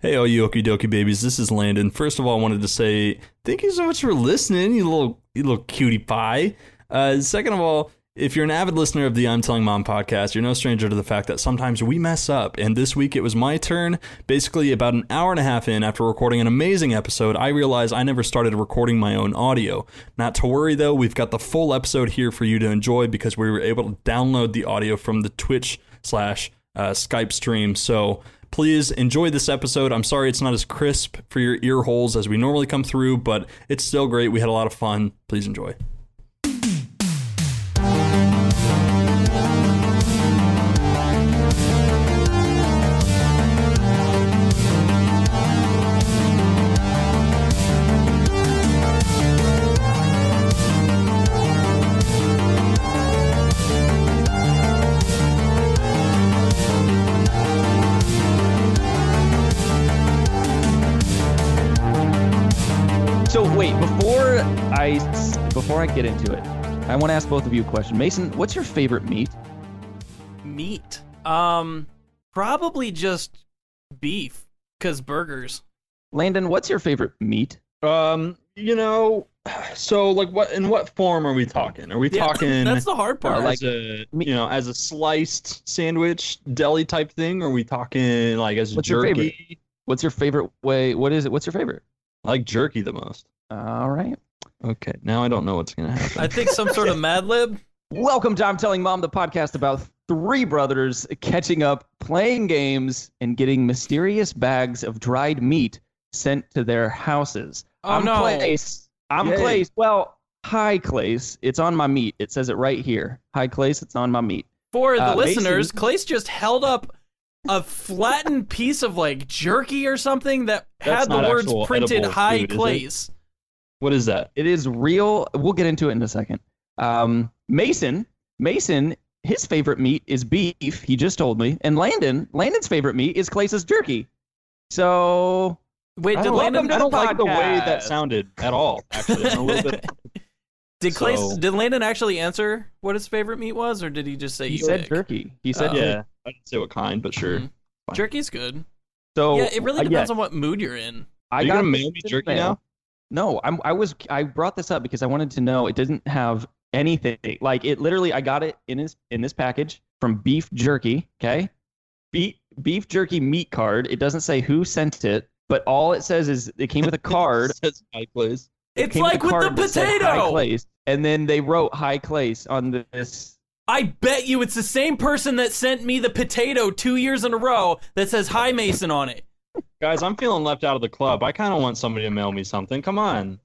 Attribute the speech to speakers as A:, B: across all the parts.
A: Hey, all you okie dokie babies, this is Landon. First of all, I wanted to say thank you so much for listening, you little, you little cutie pie. Uh, second of all, if you're an avid listener of the I'm Telling Mom podcast, you're no stranger to the fact that sometimes we mess up. And this week it was my turn. Basically, about an hour and a half in after recording an amazing episode, I realized I never started recording my own audio. Not to worry though, we've got the full episode here for you to enjoy because we were able to download the audio from the Twitch slash uh, Skype stream. So please enjoy this episode. I'm sorry it's not as crisp for your ear holes as we normally come through, but it's still great. We had a lot of fun. Please enjoy.
B: So wait, before I before I get into it, I want to ask both of you a question. Mason, what's your favorite meat?
C: meat. Um, probably just beef, cause burgers.
B: Landon, what's your favorite meat?
A: Um, you know, so like what in what form are we talking? Are we
C: Yeah,
A: talking
C: That's the hard part.
B: I like-
A: as a
B: me-
A: you know, as a sliced sandwich deli type thing? Or are we talking like as
B: What's your favorite?
A: jerky?
B: What's your favorite way? What is it? What's your favorite?
A: I like jerky the most.
B: All right.
A: Okay, now I don't know what's gonna happen.
C: I think some sort of Mad Lib.
B: Welcome to I'm Telling Mom, the podcast about three brothers catching up, playing games, and getting mysterious bags of dried meat sent to their houses.
C: Oh
B: I'm
C: no!
B: Clace. I'm
A: Yay.
B: Clace. Well, hi Clace. It's on my meat. It says it right here. Hi Clace. It's on my meat.
C: For the
B: Uh,
C: listeners,
B: Mason-
C: Clace just held up a flattened piece of like jerky or something that
A: That's
C: had the
A: not
C: words
A: actual
C: printed
A: edible
C: "High
A: food, is it?
C: Clace."
A: what is that?
B: It is real. We'll get into it in a second. Um, Mason, Mason, his favorite meat is beef. He just told me. And Landon, Landon's favorite meat is Clace's jerky. So
C: Wait,
B: I
C: did
B: don't- Oh,
C: Landon?
B: Welcome to
A: I don't
B: the
A: like the way
B: podcast.
A: that sounded at all, actually. I'm a little bit
C: Did Clace?
A: So-
C: Did Landon actually answer what his favorite meat was, or did he just say
B: he
C: you
B: said
C: pick?
B: jerky. He said
C: Oh.
B: jerky.
A: yeah. I didn't say what kind, but sure.
B: Mm-hmm.
C: Mhm. Jerky's good.
B: So
C: yeah, it really
B: uh,
C: depends on what mood you're in.
B: I
A: Are you
B: got
A: gonna
B: this
A: mail me
B: in the
A: jerky
B: mail.
A: now?
B: No, I'm. I was. I brought this up because I wanted to know. It didn't have anything. Like it literally. I got it in his in this package from Beef Jerky. Okay, beef beef jerky meat card. It doesn't say who sent it, but all it says is it came with a card.
A: Says my place.
B: It
C: It's
B: came
C: like
B: a
C: with the
B: card that said High
C: potato.
B: Clace, and then they wrote high clace on this.
C: I bet you it's the same person that sent me the potato two years in a row that says "Hi Mason" on it.
A: Guys, I'm feeling left out of the club. I kind of want somebody to mail me something. Come on.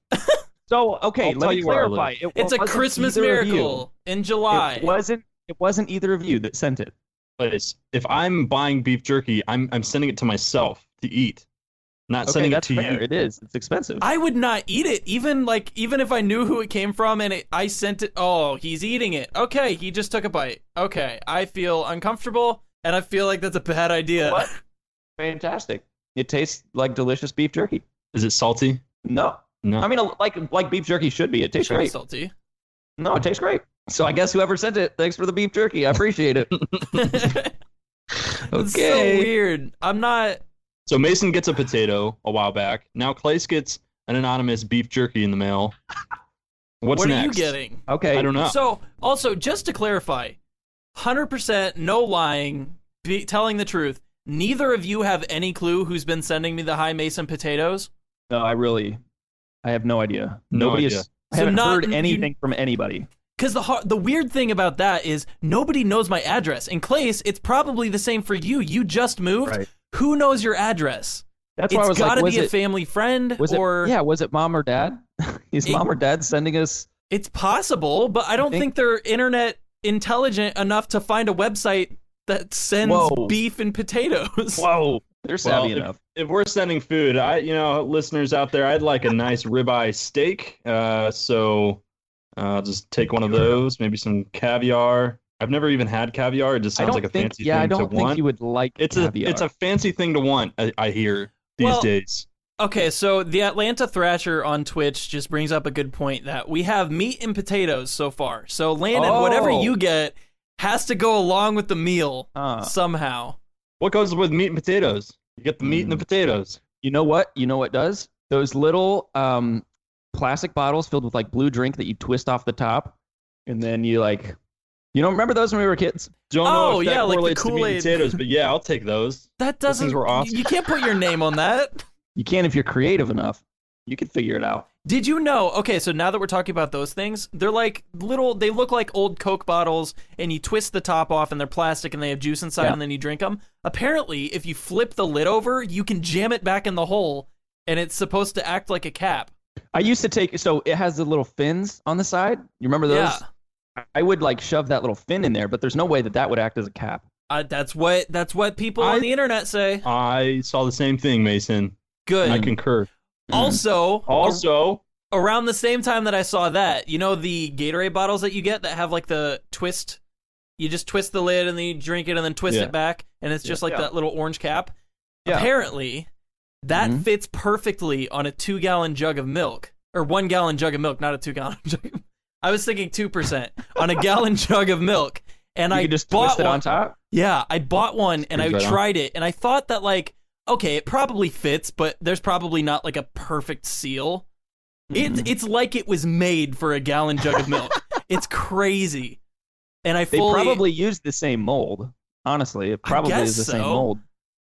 B: So
A: I'll
B: okay, let
A: tell
B: me
A: you where I live.
B: clarify. It
C: It's a
B: wasn't
C: Christmas
B: either of you.
C: miracle in July.
B: It wasn't. It wasn't either of you that sent it.
A: place. If I'm buying beef jerky, I'm I'm sending it to myself to eat, not
B: Okay,
A: sending it
B: that's
A: to
B: fair.
A: you.
B: It is. It's expensive.
C: I would not eat it, even like even if I knew who it came from and it, I sent it. Oh, he's eating it. Okay, he just took a bite. Okay, I feel uncomfortable and I feel like that's a bad idea.
B: What? fantastic. It tastes like delicious beef jerky.
A: Is it salty?
B: No,
A: No.
B: I mean a- like like beef jerky should be. It tastes
C: Sure,
B: great.
C: salty.
B: No, it tastes great. So I guess whoever sent it, thanks for the beef jerky. I appreciate it.
C: it's so
B: Okay.
C: weird. I'm not.
A: So Mason gets a potato a while back. Now Clace gets an anonymous beef jerky in the mail. What's
C: what
A: next?
C: are you getting?
B: Okay.
A: I don't know.
C: So, also, just to clarify, 100% no lying, be, telling the truth. Neither of you have any clue who's been sending me the high mason potatoes.
B: No, I really, I have no idea.
A: No
B: Nobody
A: idea.
B: Has, I
C: So
B: haven't
C: not-
B: heard
C: you-
B: anything from anybody.
C: Because the har- the weird thing about that is nobody knows my address. In Clace, it's probably the same for you. You just moved.
B: Right.
C: Who knows your address?
B: That's why I
C: it's
B: was
C: got to
B: like, was
C: be a
B: it,
C: family friend,
B: was
C: or
B: it, yeah, was it mom or dad? Is
C: It-
B: mom or dad sending us?
C: it's possible, but I don't
B: think-
C: think, they're internet intelligent enough to find a website that sends
B: Whoa.
C: beef and potatoes.
B: Whoa, they're savvy
A: if-
B: enough.
A: if we're sending food, I you know listeners out there, I'd like a nice ribeye steak. Uh, so uh, just take one of those, maybe some caviar. I've never even had caviar. It just
B: I
A: sounds
B: don't
A: like a
B: think.
A: fancy
B: Yeah,
A: thing
B: I don't
A: to
B: think
A: want.
B: you would like.
A: it's
B: caviar.
A: a it's a fancy thing to want. I, I hear these
C: Well,
A: days.
C: Okay, so the Atlanta Thrasher on Twitch just brings up a good point that we have meat and potatoes so far. So Landon,
B: Oh.
C: whatever you get has to go along with the meal
B: Uh,
C: somehow.
A: What goes with meat and potatoes? You get the meat
C: Hmm.
A: and the potatoes.
B: You know what? You know what does? Those little um, plastic bottles filled with like blue drink that you twist off the top, and then you like, you don't remember those when we were kids?
A: Don't know
C: Oh,
A: if
C: yeah,
A: that
C: like the
A: correlates to meat and
C: Kool-Aid.
A: potatoes, but yeah, I'll take those.
C: That
A: Those things
C: doesn't.
A: were awesome.
C: You can't put your name on that.
B: You can if you're creative enough. You can figure it out.
C: Did you know? Okay, so now that we're talking about those things, they're like little. They look like old Coke bottles, and you twist the top off, and they're plastic, and they have juice inside,
B: Yeah.
C: and then you drink them. Apparently, if you flip the lid over, you can jam it back in the hole, and it's supposed to act like a cap.
B: I used to take so it has the little fins on the side. You remember those?
C: Yeah.
B: I would like shove that little fin in there, but there's no way that that would act as a cap.
C: Uh, that's what that's what people
A: I-
C: on the internet say.
A: I saw the same thing, Mason.
C: Good.
A: I concur.
C: also,
A: Also,
C: around the same time that I saw that, you know the Gatorade bottles that you get that have like the twist. You just twist the lid and then you drink it and then twist
A: Yeah.
C: it back, and it's just like
A: Yeah.
C: that little orange cap.
B: Yeah.
C: Apparently, that
B: Mhm.
C: fits perfectly on a two gallon jug of milk or one gallon jug of milk, not a two gallon jug. of- I was thinking two percent on a gallon jug of milk, and
B: You
C: I
B: could just
C: bought
B: twist it
C: one.
B: on top.
C: Yeah, I bought one and I
A: Screws right on.
C: tried it and I thought that like okay, it probably fits, but there's probably not like a perfect seal.
B: Mm-hmm.
C: It it's like it was made for a gallon jug of milk. it's crazy. And I
B: They
C: fully
B: probably used the same mold. Honestly, it
C: I
B: probably
C: guess
B: is the same
C: so.
B: mold.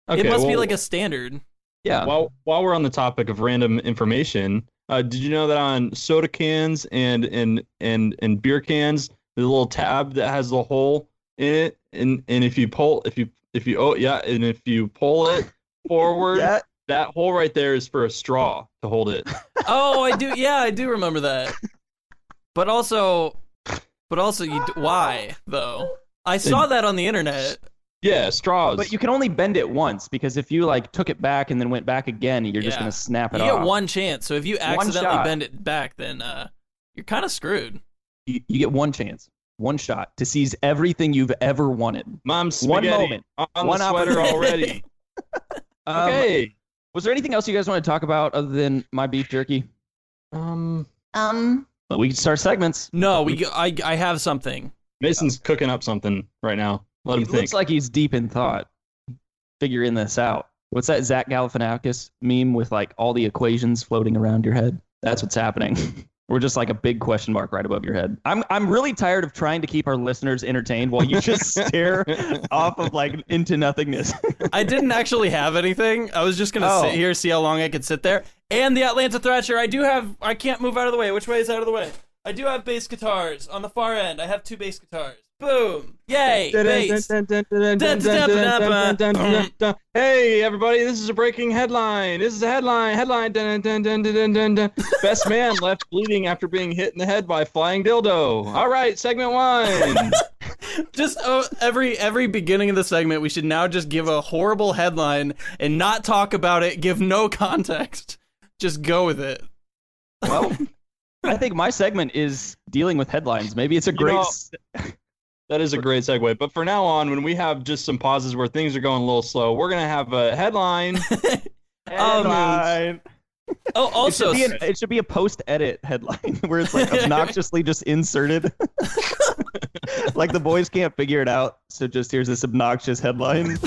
A: okay,
C: it must be
A: well,
C: like a standard.
B: Yeah.
A: While while we're on the topic of random information, uh, did you know that on soda cans and and and and beer cans, the little tab that has the hole in it, and and if you pull, if you if you oh yeah, and if you pull it forward, that hole right there is for a straw to hold it.
C: Oh, I do. Yeah, I do remember that. But also but also you d- why though? I saw that on the internet.
A: Yeah, straws.
B: But you can only bend it once because if you like took it back and then went back again, you're just
C: Yeah.
B: gonna snap
C: You
B: it
C: get
B: off.
C: one chance. So if you accidentally
B: shot.
C: bend it back, then uh you're kind of screwed.
B: You, you get one chance, one shot to seize everything you've ever wanted.
A: mom's
B: one
A: spaghetti
B: moment.
A: on
B: One
A: the sweater
B: opportunity.
A: already.
B: Um,
A: okay.
B: Was there anything else you guys want to talk about other than my beef jerky?
A: Um,
B: Um. But we can start segments.
C: No,
B: Mm-hmm.
C: we. I I have something.
A: Mason's cooking up something right now. Let him
B: It
A: think.
B: looks like he's deep in thought, figuring this out. What's that Zach Galifianakis meme with like all the equations floating around your head? That's what's happening. We're just like a big question mark right above your head. I'm I'm really tired of trying to keep our listeners entertained while you just stare off of like into nothingness.
C: I didn't actually have anything. I was just gonna
B: Oh.
C: sit here, see how long I could sit there. And the Atlanta Thrasher. I do have. I can't move out of the way. Which way is out of the way? I do have bass guitars on the far end. I have two bass guitars. Boom! Yay! Bass.
A: Hey everybody, this is a breaking headline. This is a headline. Headline. Dun, dun, dun, dun, dun, dun, dun. Best man left bleeding after being hit in the head by flying dildo. All right, segment one.
C: Just oh, every every beginning of the segment, we should now just give a horrible headline and not talk about it. Give no context. Just go with it.
B: well, I think my segment is dealing with headlines. Maybe it's a great.
A: know-
B: s-
A: that is a great segue. But for now on, when we have just some pauses where things are going a little slow, we're gonna have a headline.
B: Um,
C: Headline. Oh,
B: It should,
C: also,
B: be an- it should be a post-edit headline where it's like obnoxiously just inserted. like the boys can't figure it out, so just here's this obnoxious headline.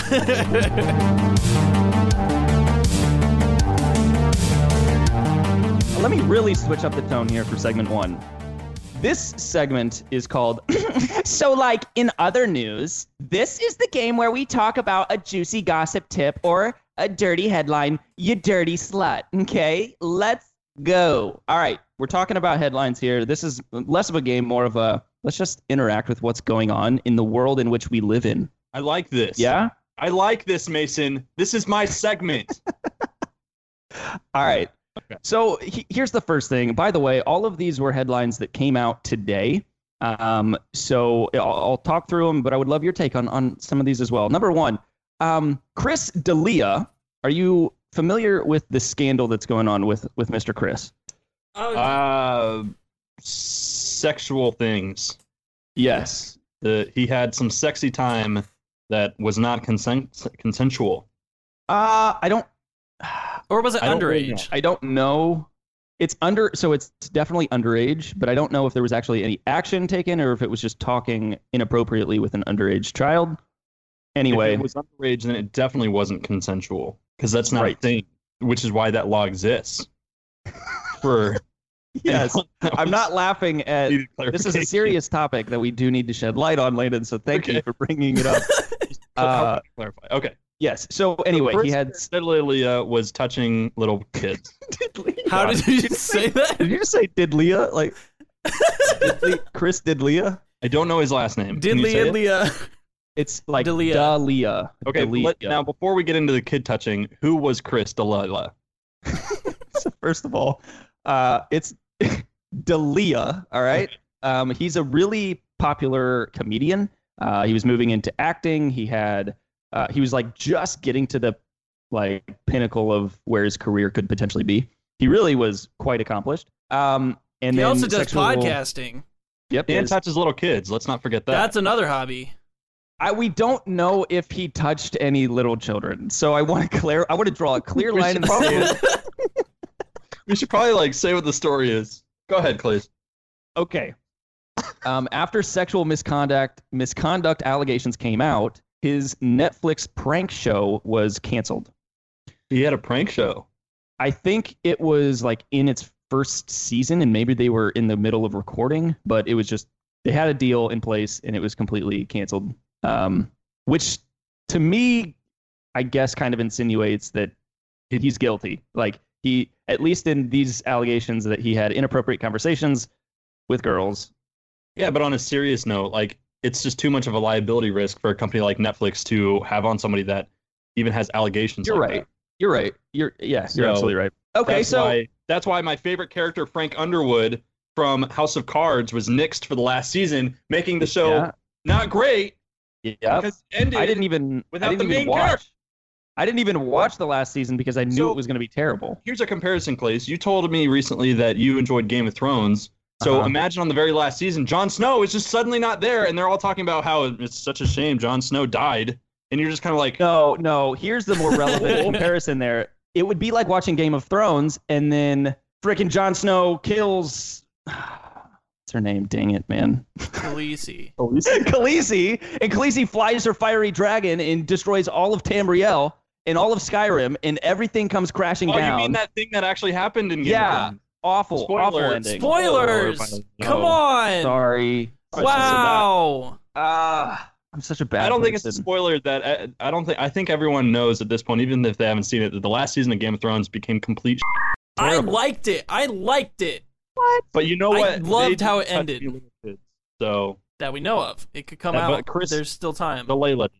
B: Let me really switch up the tone here for segment one. This segment is called So Like in Other News. This is the game where we talk about a juicy gossip tip or a dirty headline, you dirty slut. Okay, let's go. All right, we're talking about headlines here. This is less of a game, more of a let's just interact with what's going on in the world in which we live in.
A: I like this.
B: Yeah?
A: I like this, Mason. This is my segment.
B: All right.
A: Okay.
B: So he- here's the first thing. By the way, all of these were headlines that came out today. Um, so I'll, I'll talk through them, but I would love your take on, on some of these as well. Number one, um, Chris D'Elia. Are you familiar with the scandal that's going on with, with Mr. Chris?
C: oh,
A: uh, sexual things.
B: Yes.
A: The, he had some sexy time that was not consent, consensual.
B: Uh, I don't.
C: or was it
A: I don't really know.
C: underage?
B: I don't know. It's under, so it's definitely underage, but I don't know if there was actually any action taken or if it was just talking inappropriately with an underage child. Anyway,
A: if it was underage, then it definitely wasn't consensual. because that's not
B: Right.
A: a thing, which is why that law exists. For
B: Yes. I'm not laughing at this is a serious topic that we do need to shed light on, Landon. So thank you
A: Okay.
B: for bringing it up. uh,
A: clarify. Okay.
B: yes. So anyway, he had.
A: Cedlilia was touching little kids.
C: How
A: God.
C: did you say that?
B: Did you just say did Leah? Like Did- Chris did Leah?
A: I don't know his last name. Can
C: Did
A: you say
C: Leah
A: it?
C: Leah?
B: It's like
C: D'Elia.
B: Dalia.
A: Okay.
B: D'Elia.
A: let- now, before we get into the kid touching, who was Chris Delila?
B: So first of all, uh, it's Dalia. All right. Um, he's a really popular comedian. Uh, he was moving into acting. He had uh, he was like just getting to the like pinnacle of where his career could potentially be. He really was quite accomplished. Um, and
C: he
B: then
C: also does
B: sexual-
C: podcasting.
B: Yep.
A: Dan
B: is-
A: touches little kids. Let's not forget that.
C: That's another hobby.
B: I, we don't know if he touched any little children. So I want to clear. I want to draw a clear
A: We
B: line in
A: should
B: the sand.
A: we should probably like say what the story is. Go ahead, please.
B: Okay. Um, after sexual misconduct misconduct allegations came out, his Netflix prank show was canceled.
A: He had a prank show.
B: I think it was like in its first season, and maybe they were in the middle of recording, but it was just they had a deal in place, and it was completely canceled. Um, which to me, I guess, kind of insinuates that he's guilty. Like he, at least in these allegations, that he had inappropriate conversations with girls.
A: Yeah, but on a serious note, like it's just too much of a liability risk for a company like Netflix to have on somebody that even has allegations.
B: You're
A: like
B: right.
A: that.
B: You're right. You're yeah. You're
A: So-
B: absolutely right. Okay,
A: That's
B: so
A: why, that's why my favorite character, Frank Underwood from House of Cards, was nixed for the last season, making the show
B: yeah,
A: not great
B: yeah.
A: because it ended.
B: I didn't e even I
A: without
B: didn't
A: the
B: even
A: main
B: watch.
A: character.
B: I didn't even watch the last season because I knew
A: So-
B: it was going to be terrible.
A: Here's a comparison, Clays. You told me recently that you enjoyed Game of Thrones. So
B: Uh-huh.
A: imagine on the very last season, Jon Snow is just suddenly not there, and they're all talking about how it's such a shame Jon Snow died, and you're just kind of like,
B: No, no. Here's the more relevant comparison. There, it would be like watching Game of Thrones and then freaking Jon Snow kills. What's her name? Dang it, man.
C: Khaleesi.
A: Oh.
B: Khaleesi, and Khaleesi flies her fiery dragon and destroys all of Tamriel and all of Skyrim, and everything comes crashing
A: "Oh,
B: down.
A: you mean that thing that actually happened in Game
B: Yeah.
A: of Thrones?"
B: awful, awful
A: Spoiler.
B: ending.
C: Spoilers!
A: No.
C: Come on!
B: Sorry.
C: Wow!
B: Ah, I'm such a bad.
A: I don't think it's a
B: person.
A: spoiler that uh, I, I don't think I think everyone knows at this point, even if they haven't seen it, that the last season of Game of Thrones became complete. Shit.
C: I
A: Terrible.
C: liked it. I liked it
A: But you know
C: I
A: what?
C: loved
A: They
C: how
A: didn't touch
C: it ended.
A: me little kids. So
C: that we know of. It could come
A: Yeah, but
C: out.
A: Chris-
C: There's still time.
A: the Layla.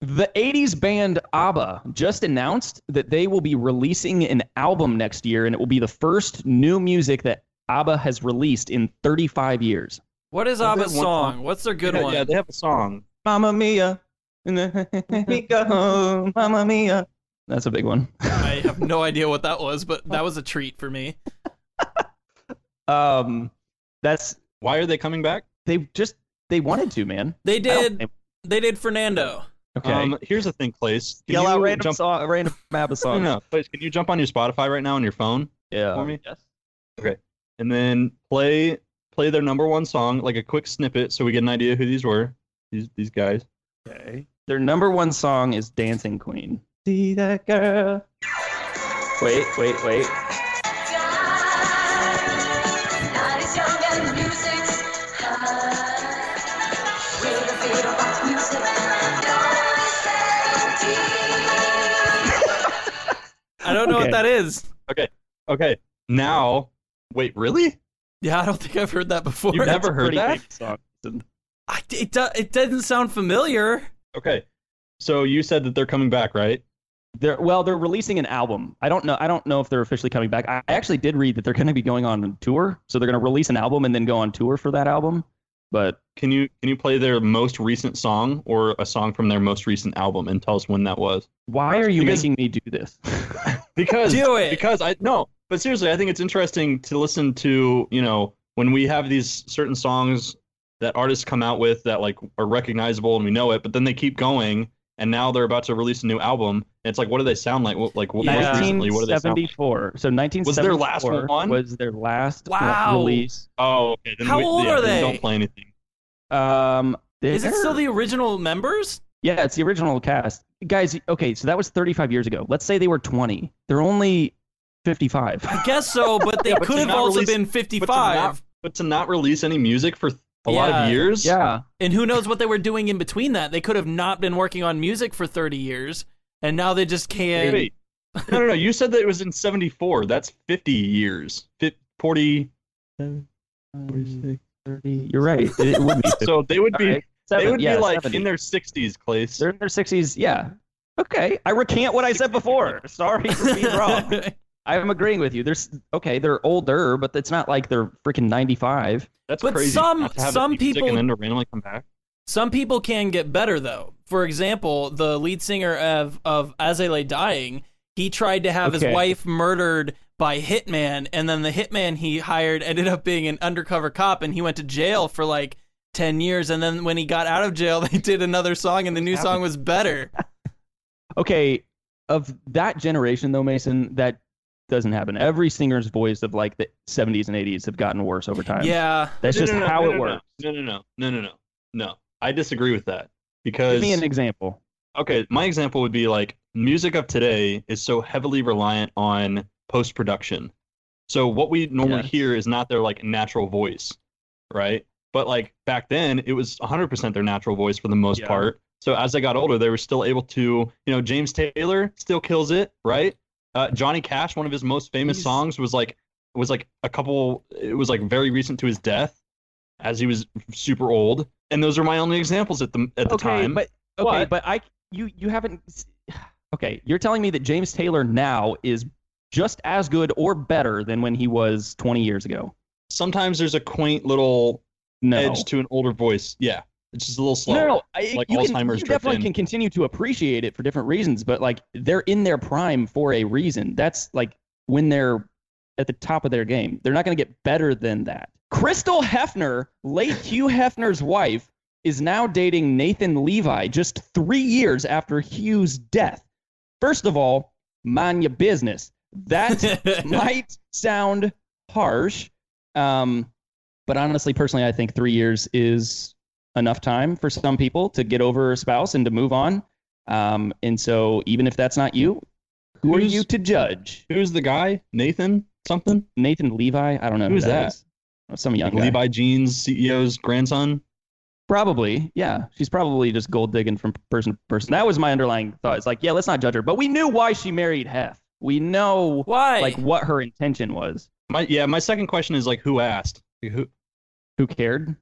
B: The '80s band ABBA just announced that they will be releasing an album next year, and it will be the first new music that ABBA has released in 35 years.
C: What is
A: Well,
C: Abba's
A: there's one
C: song? What's their good
A: yeah,
C: one?
A: Yeah, they have a song.
B: Mamma mia, Mamma mia. That's a big one.
C: I have no idea what that was, but that was a treat for me.
B: Um, that's
A: Why are they coming back?
B: they just they wanted to, man.
C: They
B: I don't
C: did.
B: blame-
C: They did Fernando.
B: Okay.
A: Um, here's the thing, Place. Can
B: Yell
A: you
B: out random
A: jump,
B: song, random ABBA
A: No,
B: song.
A: no, Place, can you jump on your Spotify right now on your phone
B: Yeah.
A: for me? And then play play their number one song, like a quick snippet, so we get an idea who these were. These these guys.
B: Okay. Their number one song is Dancing Queen. See that girl. Wait, wait, wait.
C: I don't know
B: Okay.
C: what that is.
A: Okay. Now, wait, really?
C: Yeah, I don't think I've heard that before.
A: You've never
B: That's a
A: heard
B: pretty
A: that?
B: big song.
C: I, it, do, it doesn't sound familiar.
A: Okay. So you said that they're coming back, right?
B: They're, well, they're releasing an album. I don't know. I don't know if they're officially coming back. I I actually did read that they're going to be going on tour. So they're going to release an album and then go on tour for that album. But
A: Can you can you play their most recent song or a song from their most recent album and tell us when that was?
B: why are you
A: Because-
B: making me do this?
A: Because
C: Do it.
A: because I no, but seriously, I think it's interesting to listen to you know when we have these certain songs that artists come out with that like are recognizable and we know it, but then they keep going and now they're about to release a new album. And it's like, what do they sound like? What, like what,
C: Yeah.
A: most recently, what do they sound? Like?
B: 1974. So 1974
A: their last one?
B: was their last
C: Wow.
B: release.
A: Oh, okay. Then
C: How
A: we,
C: old
A: yeah,
C: are
A: then
C: they?
A: Don't play anything.
B: Um,
C: Is it
B: they're-
C: still the original members?
B: Yeah, it's the original cast. Guys, okay, so that was 35 years ago. Let's say they were 20. They're only 55.
C: I guess so, but they
A: Yeah, but
C: could
A: to
C: have
A: not
C: also
A: release-
C: been
A: But
C: 55.
A: to, not, but to not release any music for a lot
C: Yeah.
A: of years.
B: yeah.
C: and who knows what they were doing in between that? They could have not been working on music for 30 years, and now they just can't.
A: Wait. no, no, no. You said that it was in 74. That's 50 years. Fif- 40. 46.
B: You're right. It would be.
A: So they would
B: All
A: be
B: right. Seven,
A: they would
B: yeah,
A: be like
B: 70.
A: in their 60s, Clace.
B: They're in their 60s. Yeah. Okay. I recant what I said before. Sorry for being wrong. I'm agreeing with you. There's okay, they're older, but it's not like they're freaking 95.
A: That's
C: But
A: crazy.
C: some-
A: not to have
C: some
A: it music
C: people-
A: and then to randomly come back.
C: Some people can get better though. For example, the lead singer of of As I Lay Dying, he tried to have
B: Okay.
C: his wife murdered by hitman, and then the hitman he hired ended up being an undercover cop, and he went to jail for like ten years. And then when he got out of jail, they did another song, and the new song was better.
B: Okay, of that generation though, Mason, that doesn't happen. Every singer's voice of like the 70s and 80s have gotten worse over time.
C: Yeah,
B: That's
A: No,
B: just
A: no, no,
B: how
A: no,
B: it
A: no,
B: works.
A: No, no, no, no, no, no, no. I disagree with that
B: Give
A: because
B: me an example.
A: okay, my example would be like music of today is so heavily reliant on post production. So what we normally
B: Yes.
A: hear is not their like natural voice, right? But like back then, it was 100% their natural voice for the most
B: Yeah.
A: part. So as I got older, they were still able to, you know, James Taylor still kills it, right? Uh, Johnny Cash, one of his most famous
B: He's-
A: songs was like was like a couple. It was like very recent to his death, as he was super old. And those are my only examples at the at the
B: okay,
A: time.
B: but okay,
A: But-
B: but I you you haven't Okay, you're telling me that James Taylor now is just as good or better than when he was 20 years ago.
A: sometimes there's a quaint little
B: No.
A: edge to an older voice. Yeah, it's just a little slow.
B: No, no, I,
A: Like
B: you, can,
A: Alzheimer's
B: you
A: dripped
B: definitely
A: in.
B: can continue to appreciate it for different reasons, but like they're in their prime for a reason. That's like when they're at the top of their game. They're not going to get better than that. Crystal Hefner, late Hugh Hefner's wife, is now dating Nathan Levi just three years after Hugh's death. First of all, mind your business. That might sound harsh, um, but honestly, personally, I think three years is enough time for some people to get over a spouse and to move on. Um, and so, even if that's not you, who
A: Who's-
B: are you to judge?
A: Who's the guy? Nathan something?
B: Nathan Levi? I don't know who,
A: Who's that?
B: is. Some young
A: Like
B: guy.
A: Levi Jeans CEO's grandson.
B: Probably, yeah. She's probably just gold digging from person to person. That was my underlying thought. It's like, yeah, let's not judge her, but we knew why she married Hef. We know
C: why?
B: like what her intention was.
A: My yeah. My second question is like who asked? Like, Who
B: Who cared?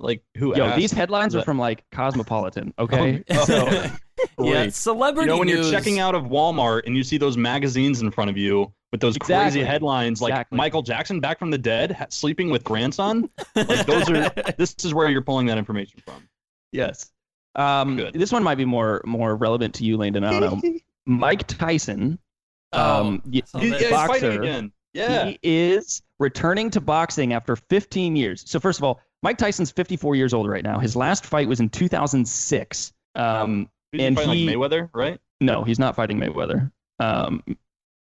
A: like who
B: Yo,
A: asked?
B: these headlines are
A: But-
B: from like Cosmopolitan. Okay,
A: Oh,
B: so
C: yeah,
A: great. You
C: celebrity
A: know when
C: news.
A: you're checking out of Walmart and you see those magazines in front of you with those
B: Exactly.
A: crazy headlines like
B: Exactly.
A: Michael Jackson back from the dead ha- sleeping with grandson. like those are this is where you're pulling that information from.
B: yes, um,
A: Good.
B: this one might be more more relevant to you, Landon. I don't know. Mike Tyson,
C: Oh,
B: um, y-
C: so
A: He-
C: that-
A: yeah, he's fighting
B: Boxer.
A: again. Yeah.
B: He is returning to boxing after 15 years. So first of all, Mike Tyson's 54 years old right now. His last fight was in 2006. Um,
A: Who's he
B: and
A: fighting
B: he-
A: like Mayweather, right?
B: no, he's not fighting Mayweather. Um,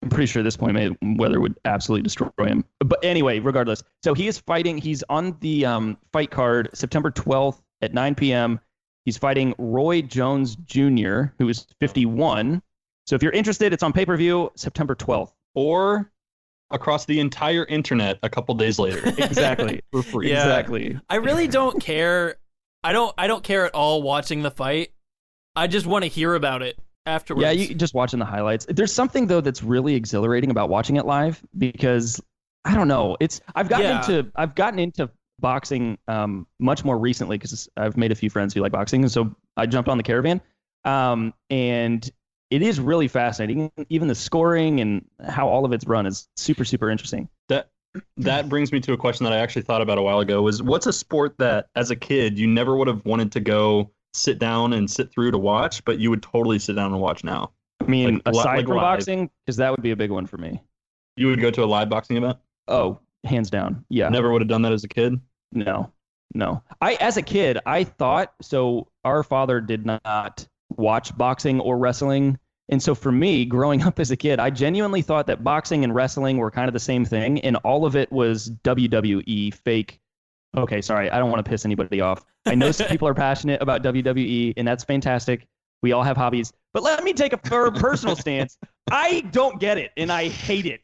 B: I'm pretty sure at this point Mayweather would absolutely destroy him. But anyway, regardless, so he is fighting. He's on the um, fight card September 12th at 9 p.m. He's fighting Roy Jones Jr., who is 51. So if you're interested, it's on pay per view September 12th.
A: or across the entire internet a couple days later
B: Exactly.
A: for free.
C: Yeah.
B: Exactly.
C: I really don't care. I don't. I don't care at all watching the fight. I just want to hear about it afterwards.
B: Yeah, you just watching the highlights. There's something though that's really exhilarating about watching it live because I don't know. It's I've gotten
C: Yeah.
B: into I've gotten into boxing um, much more recently because I've made a few friends who like boxing, and so I jumped on the caravan. Um, and it is really fascinating. Even the scoring and how all of it's run is super super interesting.
A: That brings me to a question that I actually thought about a while ago was what's a sport that as a kid you never would have wanted to go sit down and sit through to watch but you would totally sit down and watch now.
B: I mean,
A: Like, li-
B: aside
A: like
B: from
A: live.
B: boxing, because that would be a big one for me.
A: You would go to a live boxing event?
B: Oh, hands down. Yeah.
A: Never would have done that as a kid.
B: No, no. I, as a kid, I thought so. Our father did not watch boxing or wrestling. And so for me, growing up as a kid, I genuinely thought that boxing and wrestling were kind of the same thing. And all of it was WWE E fake Okay, sorry. I don't want to piss anybody off. I know some people are passionate about WWE, and that's fantastic. We all have hobbies. But let me take a per- personal stance. I don't get it, and I hate it.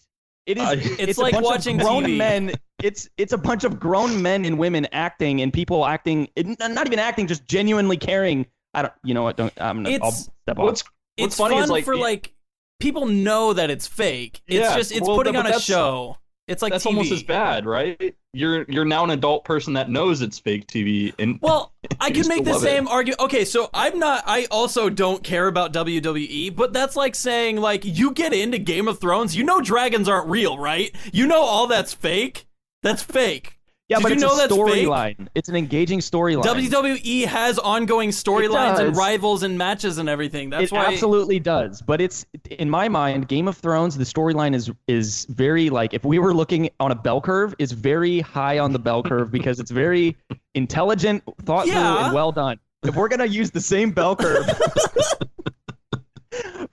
B: It is.
D: I-
B: it's,
C: It's
B: a
C: like
B: bunch of
C: watching
B: grown
C: TV.
B: men. It's it's a bunch of grown men and women acting, and people acting, and not even acting, just genuinely caring. I don't. You know what? Don't. I'm. Not, I'll
C: It's-
B: step off.
A: What's What's
C: it's
A: funny
C: fun
A: is, like,
C: for
A: it-
C: like people know that it's fake. It's
A: Yeah,
C: just it's
A: well,
C: putting
A: but
C: on a
A: that's-
C: show. It's like
A: that's
C: TV.
A: almost as bad, right? You're you're now an adult person that knows it's fake TV, and
C: Well, I
A: You
C: could make
A: still
C: the
A: love
C: same argument. Okay, so I'm not. I also don't care about WWE, but that's like saying like you get into Game of Thrones, you know dragons aren't real, right? You know all that's fake. That's fake.
B: Yeah,
C: Did
B: but
C: you
B: it's
C: know
B: a
C: that's fake? E
B: storyline. It's an engaging storyline.
C: WWE has ongoing storylines and
B: does.
C: rivals and matches and everything.
B: it
C: That's why.
B: absolutely does. But it's in my mind, Game of Thrones. The storyline is is very like if we were looking on a bell curve, it's very high on the bell curve because it's very intelligent, thoughtful,
C: Yeah.
B: and well done. If we're gonna use the same bell curve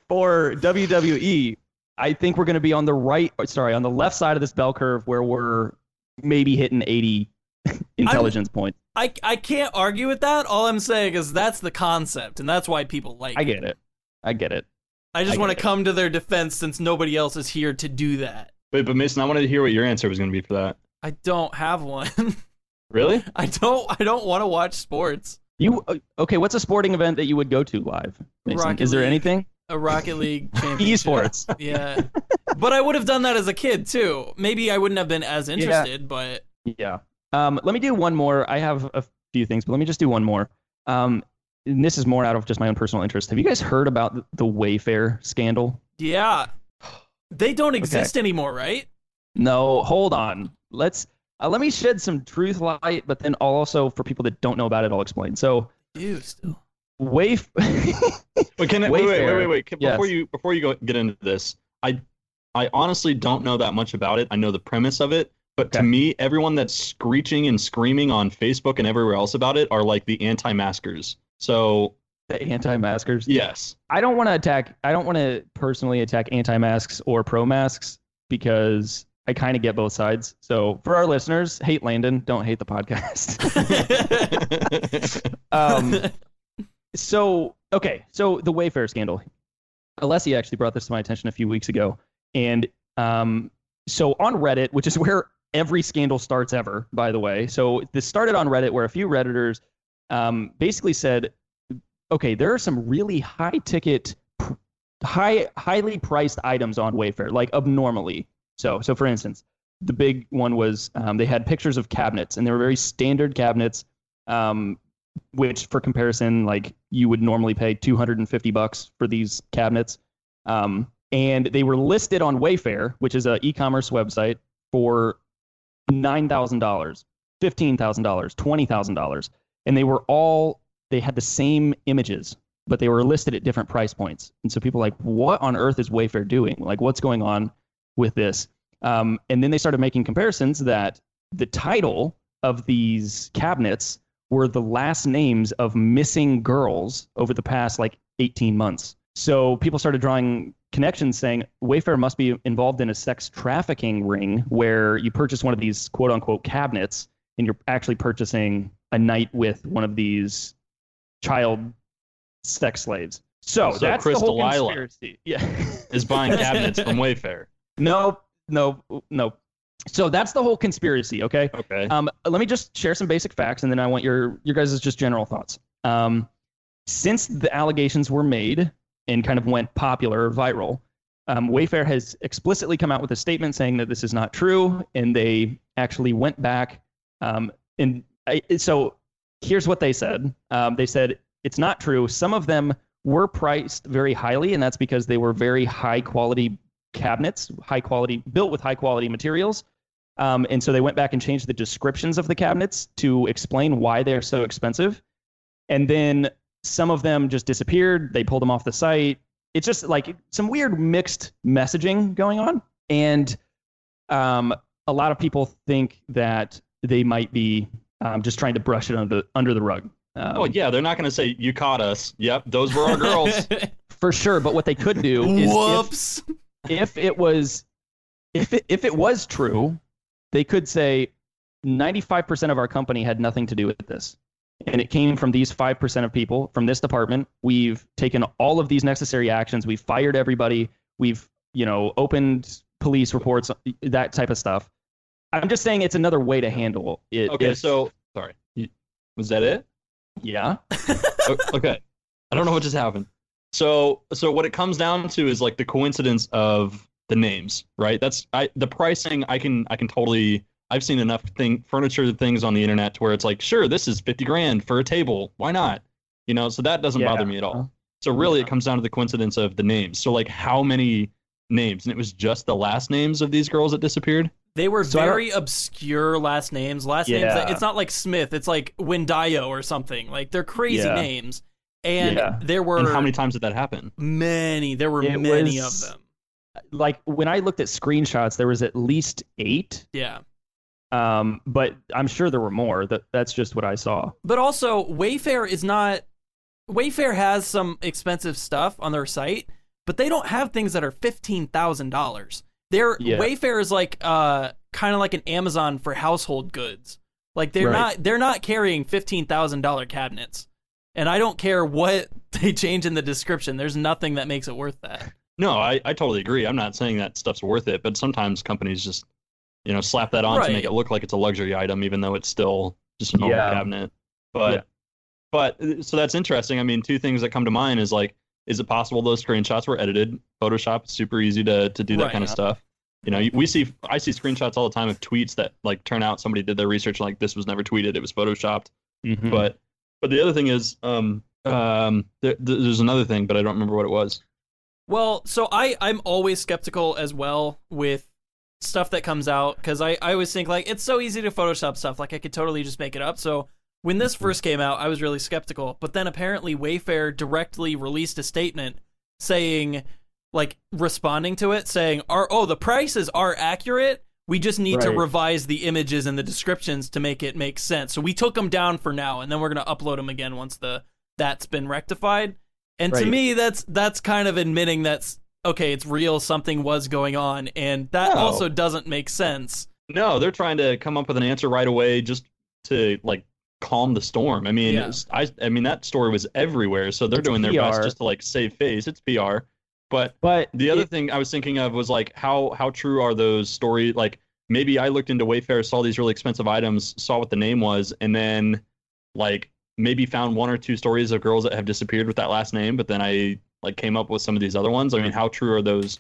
B: for WWE, I think we're gonna be on the right, or sorry, on the left side of this bell curve where we're maybe hitting eighty intelligence points.
C: I I can't argue with that. All I'm saying is that's the concept, and that's why people like.
B: I
C: it.
B: get it. I get it.
C: I
B: I
C: just
B: get
C: want to
B: it.
C: come to their defense since nobody else is here to do that.
A: wait, but Mason, I wanted to hear what your answer was going to be for that.
C: I don't have one.
A: Really?
C: I don't. I don't want to watch sports.
B: You uh, okay? What's a sporting event that you would go to live? Mason?
C: Rocket
B: Is there
C: League.
B: anything?
C: A Rocket League championship.
B: Esports.
C: Yeah, but I would have done that as a kid too. Maybe I wouldn't have been as interested, but
B: yeah. Um, let me do one more. I have a few things, but let me just do one more. Um, and this is more out of just my own personal interest. Have you guys heard about the, the Wayfair scandal?
C: yeah, they don't exist anymore, right?
B: No, hold on. Let's uh, let me shed some truth light, but then I'll also for people that don't know about it, I'll explain. So,
C: Ew, still.
B: Wayf.
A: Wait, can I, wait, wait, wait,
B: Wayfair.
A: wait, wait. Can- Before
B: Yes.
A: you before you go get into this, I I honestly don't know that much about it. I know the premise of it, but to
B: Okay.
A: me, everyone that's screeching and screaming on Facebook and everywhere else about it are like the anti-maskers. So
B: the anti-maskers.
A: yes,
B: I don't want to attack. I don't want to personally attack anti-masks or pro-masks because I kind of get both sides. So for our listeners, hate Landon, don't hate the podcast. um, so okay, so the Wayfair scandal. Alessi actually brought this to my attention a few weeks ago, and um, so on Reddit, which is where every scandal starts ever, by the way. So this started on Reddit, where a few redditors um, basically said, "Okay, there are some really high ticket, pr- high highly priced items on Wayfair, like abnormally." So, so for instance, the big one was um, they had pictures of cabinets, and they were very standard cabinets. Um, which for comparison, like you would normally pay 250 bucks for these cabinets. Um, and they were listed on Wayfair, which is an e-commerce website, for nine thousand dollars, fifteen thousand dollars, twenty thousand dollars, and they were all they had the same images, but they were listed at different price points. And so people were like, what on earth is Wayfair doing? Like, what's going on with this? Um, and then they started making comparisons that the title of these cabinets were the last names of missing girls over the past like 18 months. So people started drawing connections saying Wayfair must be involved in a sex trafficking ring where you purchase one of these quote unquote cabinets and you're actually purchasing a night with one of these child sex slaves. So,
A: So
B: that's the whole
A: Crystal Isla.
B: conspiracy. Yeah.
A: is buying cabinets from Wayfair.
B: no, no, no. So that's the whole conspiracy, okay?
A: Okay.
B: Um, let me just share some basic facts, and then I want your your guys' just general thoughts. Um, since the allegations were made and kind of went popular, viral, um, Wayfair has explicitly come out with a statement saying that this is not true, and they actually went back. Um, and I, so here's what they said. Um, they said it's not true. Some of them were priced very highly, and that's because they were very high quality cabinets, high quality built with high quality materials. Um, and so they went back and changed the descriptions of the cabinets to explain why they're so expensive. And then some of them just disappeared. They pulled them off the site. It's just like some weird mixed messaging going on. And um, a lot of people think that they might be um, just trying to brush it under the, under the rug. Um,
A: oh yeah, they're not going to say you caught us. Yep, those were our girls.
B: For sure. But what they could do is if-
C: Whoops.
B: if it was if it, if it was true, they could say 95% of our company had nothing to do with this. And it came from these 5% of people from this department. We've taken all of these necessary actions. We've fired everybody. We've, you know, opened police reports, that type of stuff. I'm just saying it's another way to handle it.
A: Okay,
B: If-
A: so sorry, You- was that it?
B: yeah.
A: O- okay, I don't know what just happened. So, so what it comes down to is like the coincidence of the names, right? That's I the pricing. I can I can totally. I've seen enough thing furniture things on the internet to where it's like, sure, this is fifty grand for a table. Why not? You know, so that doesn't
B: Yeah. Uh-huh.
A: bother me at all. So really,
B: Yeah.
A: it comes down to the coincidence of the names. So like, how many names? And it was just the last names of these girls that disappeared.
C: They were
B: So I don't-
C: very obscure last names. Last names. That,
B: Yeah.
C: it's not like Smith. It's like Wendio or something. Like they're crazy
B: Yeah.
C: names. And
B: Yeah.
C: there were
A: and how many times did that happen?
C: many. There were
B: It
C: many
B: was-
C: of them.
B: Like when I looked at screenshots, there was at least eight,
C: Yeah.
B: um, but I'm sure there were more. That that's just what I saw.
C: But also, Wayfair is not. Wayfair has some expensive stuff on their site, but they don't have things that are fifteen thousand dollars. Their
B: Yeah.
C: Wayfair is like uh kind of like an Amazon for household goods. Like they're
B: Right.
C: not they're not carrying fifteen thousand dollar cabinets. And I don't care what they change in the description. There's nothing that makes it worth that.
A: No, I, I totally agree. I'm not saying that stuff's worth it, but sometimes companies just, you know, slap that on
C: Right.
A: to make it look like it's a luxury item, even though it's still just a normal
B: Yeah.
A: cabinet. But,
B: Yeah.
A: but uh, so that's interesting. I mean, two things that come to mind is like, is it possible those screenshots were edited? Photoshop is super easy to to do that
C: Right.
A: kind of stuff. You know, we see I see screenshots all the time of tweets that like turn out somebody did their research like this was never tweeted, it was photoshopped.
B: Hmm.
A: But but the other thing is, um, um, there, there's another thing, but I don't remember what it was.
C: Well, so I I'm always skeptical as well with stuff that comes out because I I always think like it's so easy to Photoshop stuff. Like I could totally just make it up. So when this first came out, I was really skeptical. But then apparently Wayfair directly released a statement saying, like responding to it, saying, "Are oh the prices are accurate." We just need to
B: Right.
C: revise the images and the descriptions to make it make sense. So we took them down for now, and then we're gonna upload them again once the that's been rectified. And to
B: Right.
C: me, that's that's kind of admitting that's okay. It's real. Something was going on, and that
A: No.
C: also doesn't make sense.
A: No, they're trying to come up with an answer right away just to like calm the storm. I mean,
C: Yeah.
A: it's- I I mean that story was everywhere, so they're
B: It's
A: doing their
B: PR.
A: best just to like save face. It's PR. But
B: But
A: the other
B: it-
A: thing I was thinking of was like how how true are those story like maybe I looked into Wayfair, saw these really expensive items, saw what the name was, and then like maybe found one or two stories of girls that have disappeared with that last name, but then I like came up with some of these other ones. I mean, how true are those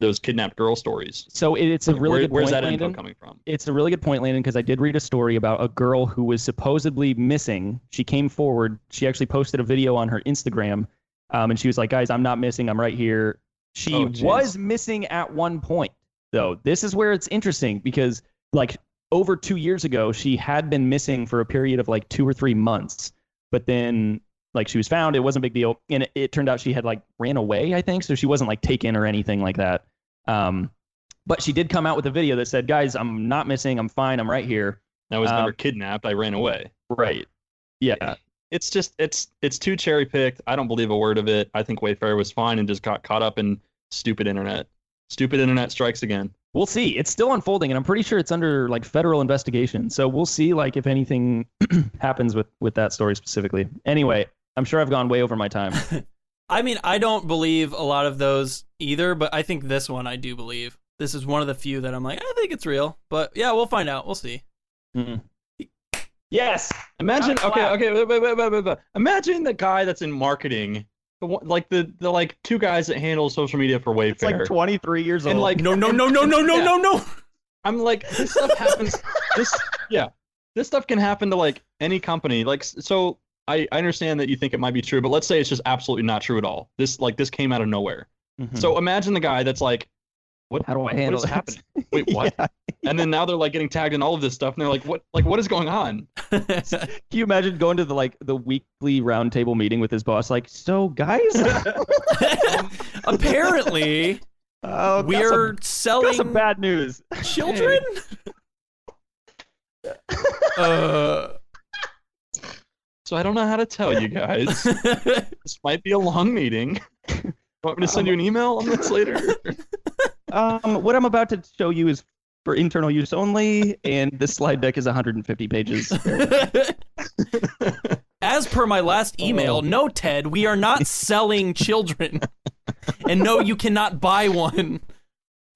A: those kidnapped girl stories?
B: so it, it's a really
A: Where-
B: good
A: where's
B: point,
A: that
B: Landon.
A: info coming from?
B: Um, it's a really good point, Landon, because I did read a story about a girl who was supposedly missing. She came forward. She actually posted a video on her Instagram, um, and she was like, "Guys, I'm not missing. I'm right here." She
A: Oh, jeez.
B: was missing at one point, though. This is where it's interesting because, like, over two years ago, she had been missing for a period of like two or three months, but then. Like she was found, it wasn't a big deal, and it, it turned out she had like ran away, I think, so she wasn't like taken or anything like that. Um, but she did come out with a video that said, "Guys, I'm not missing. I'm fine. I'm right here."
A: I was
B: Um,
A: never kidnapped. I ran away.
B: Right. Yeah.
A: It's just it's it's too cherry picked. I don't believe a word of it. I think Wayfair was fine and just got caught up in stupid internet. Stupid internet strikes again.
B: We'll see. It's still unfolding, and I'm pretty sure it's under like federal investigation. So we'll see, like, if anything happens with with that story specifically. Anyway, I'm sure I've gone way over my time.
C: I mean, I don't believe a lot of those either, but I think this one I do believe. This is one of the few that I'm like, I think it's real. But yeah, we'll find out. We'll see.
B: yes.
A: Imagine
B: Not
A: okay
B: clap.
A: okay wait, wait, wait, wait, wait, wait. imagine the guy that's in marketing, the one, like the the like two guys that handle social media for Wayfair.
B: It's like 23 years old.
A: and like
C: No, no, no, no, no, no,
A: Yeah.
C: no, no.
A: I'm like, this stuff happens. this, yeah, this stuff can happen to like any company. Like, s- so I, I understand that you think it might be true, but let's say it's just absolutely not true at all. This, like, this came out of nowhere.
B: Mhm.
A: So imagine the guy that's like, what,
B: how do I
A: what
B: handle
A: is
B: this?
A: happening? Wait, what?
B: Yeah.
A: And then now they're like getting tagged in all of this stuff, and they're like, what, like, what is going on?
B: Can you imagine going to the like the weekly roundtable meeting with his boss? Like, so guys,
C: Apparently,
B: uh,
C: we're
B: got some,
C: selling
B: got some bad news.
C: children. uh,
A: So I don't know how to tell you guys. this might be a long meeting. Want me to send you an email on this later?
B: Um, what I'm about to show you is for internal use only, and this slide deck is 150 pages.
C: As per my last
A: Oh.
C: email, no, Ted, we are not selling children. And no, you cannot buy one.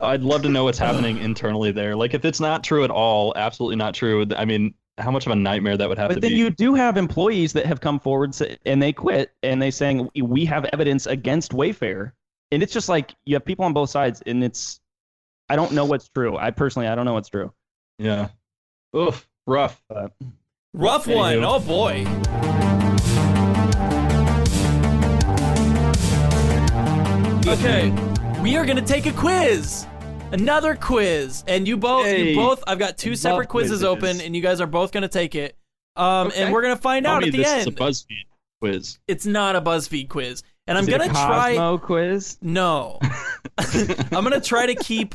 A: I'd love to know what's happening internally there. Like, if it's not true at all, absolutely not true. I mean, how much of a nightmare that would have to
B: But then
A: be?
B: you do have employees that have come forward sa- and they quit and they saying we have evidence against Wayfair, and it's just like you have people on both sides, and it's I don't know what's true. I personally I don't know what's true.
A: yeah. Oof. Rough.
C: Rough
A: Anywho.
C: one. Oh boy. Okay, we are gonna take a quiz. Another quiz, and you both,
A: Yay.
C: you both. I've got two
A: Love
C: separate quizzes
A: quizzes.
C: open, and you guys are both gonna take it. Um,
A: Okay.
C: and we're gonna find
A: Tell
C: out
A: me
C: at the
A: this is a
C: end.
A: BuzzFeed quiz.
C: it's not a BuzzFeed quiz, and I'm
B: Is it a
C: gonna try.
B: Cosmo quiz.
C: No. I'm gonna try to keep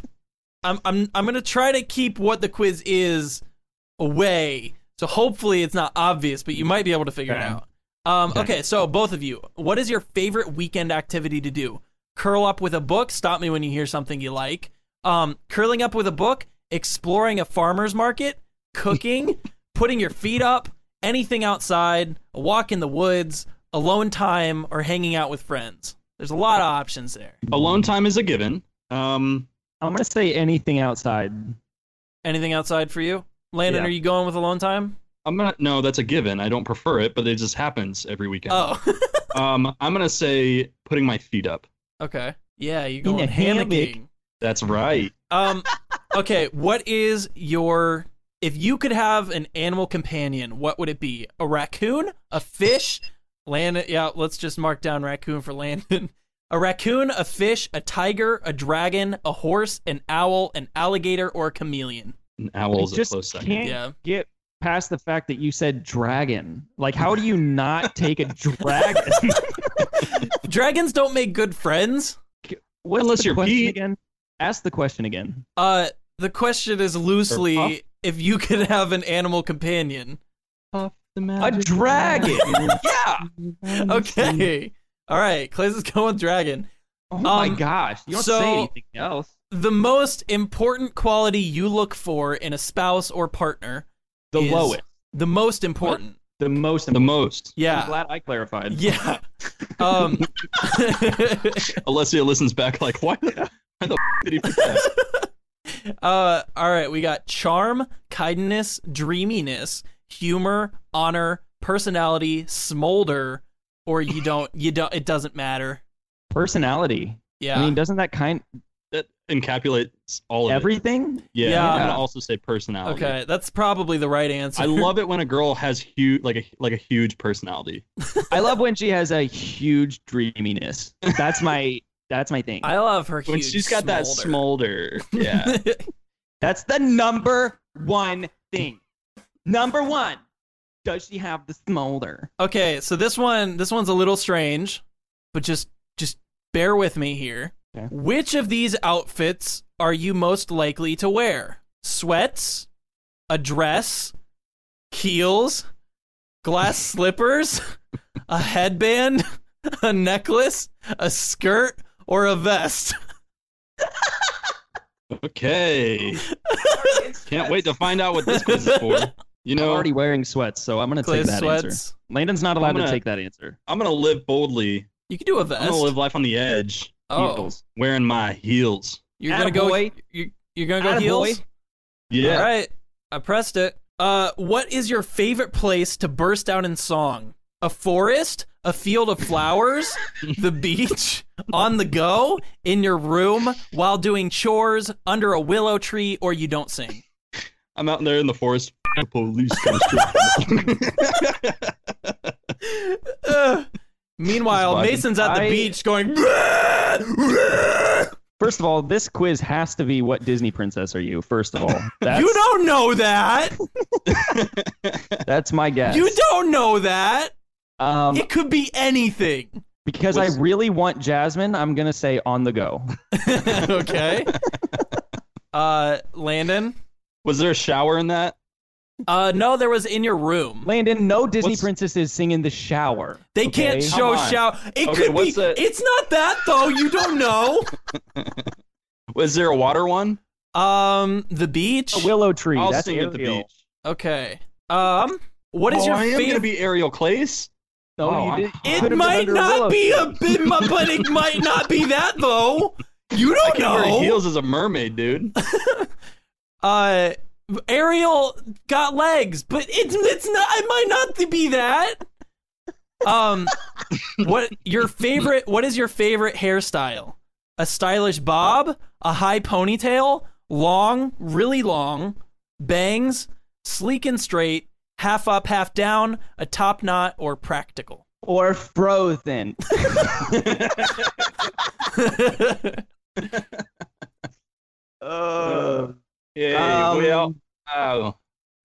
C: I'm I'm I'm gonna try to keep what the quiz is away. So hopefully it's not obvious, but you might be able to figure it
A: Okay.
C: out. Um,
A: Okay.
C: okay, so both of you, what is your favorite weekend activity to do? Curl up with a book. Stop me when you hear something you like. Um, curling up with a book, exploring a farmer's market, cooking, putting your feet up, anything outside, a walk in the woods, alone time, or hanging out with friends. There's a lot of options there.
A: Alone time is a given. Um,
B: I'm gonna say anything outside.
C: Anything outside for you? Landon,
B: Yeah.
C: are you going with alone time?
A: I'm gonna no, that's a given. I don't prefer it, but it just happens every weekend.
C: Oh,
A: Um, I'm gonna say putting my feet up.
C: okay. Yeah, you're
B: In
C: going
B: a hammock.
C: hammocking.
A: That's right.
C: Um, okay. What is your if you could have an animal companion? What would it be? A raccoon? A fish? Landon? Yeah, let's just mark down raccoon for Landon. A raccoon, a fish, a tiger, a dragon, a horse, an owl, an alligator, or a chameleon.
A: An owl is
B: I
A: a
B: just
A: close second.
B: can't
C: Yeah.
B: get past the fact that you said dragon. Like, how do you not take a dragon?
C: Dragons don't make good friends.
B: What's
A: Unless
B: the
A: you're
B: question
A: Pete.
B: again? Ask the question again.
C: Uh, the question is
A: Puff?
C: loosely if you could have an animal companion.
B: A dragon. yeah.
C: Okay. All right. Clay's is going dragon.
B: Oh my
C: Um,
B: gosh. You don't
C: so-
B: say anything else.
C: The most important quality you look for in a spouse or partner,
B: The
C: is-
B: lowest.
C: the most important.
B: The most.
A: The
B: important.
A: most.
B: I'm
C: Yeah.
B: glad I clarified.
C: Yeah. Um,
A: Alessia listens back like, why the, why the f- did he pick that?
C: uh, all right. We got charm, kindness, dreaminess, humor, honor, personality, smolder, or you don't, you don't, it doesn't matter.
B: Personality.
C: Yeah.
B: I mean, doesn't that kind
A: That encapsulates all of it.
B: everything?
A: Yeah,
C: Yeah.
A: I'm gonna also say personality.
C: okay. That's probably the right answer.
A: I love it when a girl has huge, like a like a huge personality.
B: I love when she has a huge dreaminess. That's my. That's my thing.
C: I love her
A: When
C: huge
A: she's got that
C: smolder.
A: smolder. Yeah.
B: That's the number one thing. Number one. Does she have the smolder?
C: Okay, so this one this one's a little strange, but just just bear with me here.
B: Okay.
C: Which of these outfits are you most likely to wear? Sweats, a dress, heels, glass slippers, a headband, a necklace, a skirt, or a vest?
A: Okay. Can't wait to find out what this quiz is for. You
B: I'm
A: know,
B: already wearing sweats, so I'm gonna
C: Clay
B: take that
C: sweats.
B: answer. Landon's not allowed
A: gonna-
B: to take that answer.
A: I'm gonna live boldly.
C: You can do a
A: I'm
C: vest.
A: gonna live life on the edge.
C: oh,
B: Heels.
A: Wearing my heels.
C: you're gonna go.
B: Attaboy.
C: You're, you're gonna go
B: Attaboy.
C: heels.
A: Yeah.
C: All right. I pressed it. Uh, what is your favorite place to burst out in song? A forest? A field of flowers? the beach? On the go? In your room? While doing chores? Under a willow tree? Or you don't sing?
A: I'm out there in the forest. The police comes to
C: Ugh. meanwhile,
A: That's vibing.
C: Mason's at the
B: I-
C: beach going.
B: First of all, this quiz has to be what Disney princess are you? First of all, that's
C: You don't know that.
B: that's my guess.
C: You don't know that.
B: Um,
C: It could be anything.
B: because I
A: Was-
B: really want Jasmine, I'm gonna say on the go.
C: okay. Uh, Landon.
A: Was there a shower in that?
C: Uh, no, there was in your room.
B: Landon, no Disney
A: What's-
B: princess is singing the shower.
C: They
B: okay?
C: can't show
A: Come on.
C: shower. It
A: Okay,
C: could be.
A: what's that?
C: It's not that though. You don't know.
A: Was there a water one?
C: Um, the beach.
A: Oh,
B: A willow tree.
A: I'll
B: That's
A: sing at the
B: Ariel.
A: beach.
C: Okay. Um, what is
A: oh,
C: your
A: I am gonna
C: favorite?
A: be Ariel Clace.
B: No,
A: Oh,
B: you did.
A: I-
B: put
C: it
B: him
C: might
B: under a willow
C: not be a
B: tree.
C: bit, mu- but it might not be that though. You
A: I
C: don't
A: can't wear
C: know.
A: heels as a mermaid, dude.
C: Uh, Ariel got legs, but it's it's not. It might not be that. Um, what your favorite? What is your favorite hairstyle? A stylish bob, a high ponytail, long, really long, bangs, sleek and straight, half up, half down, a top knot, or practical.
B: Or frozen.
A: Uh, yeah.
B: Um,
A: well, oh,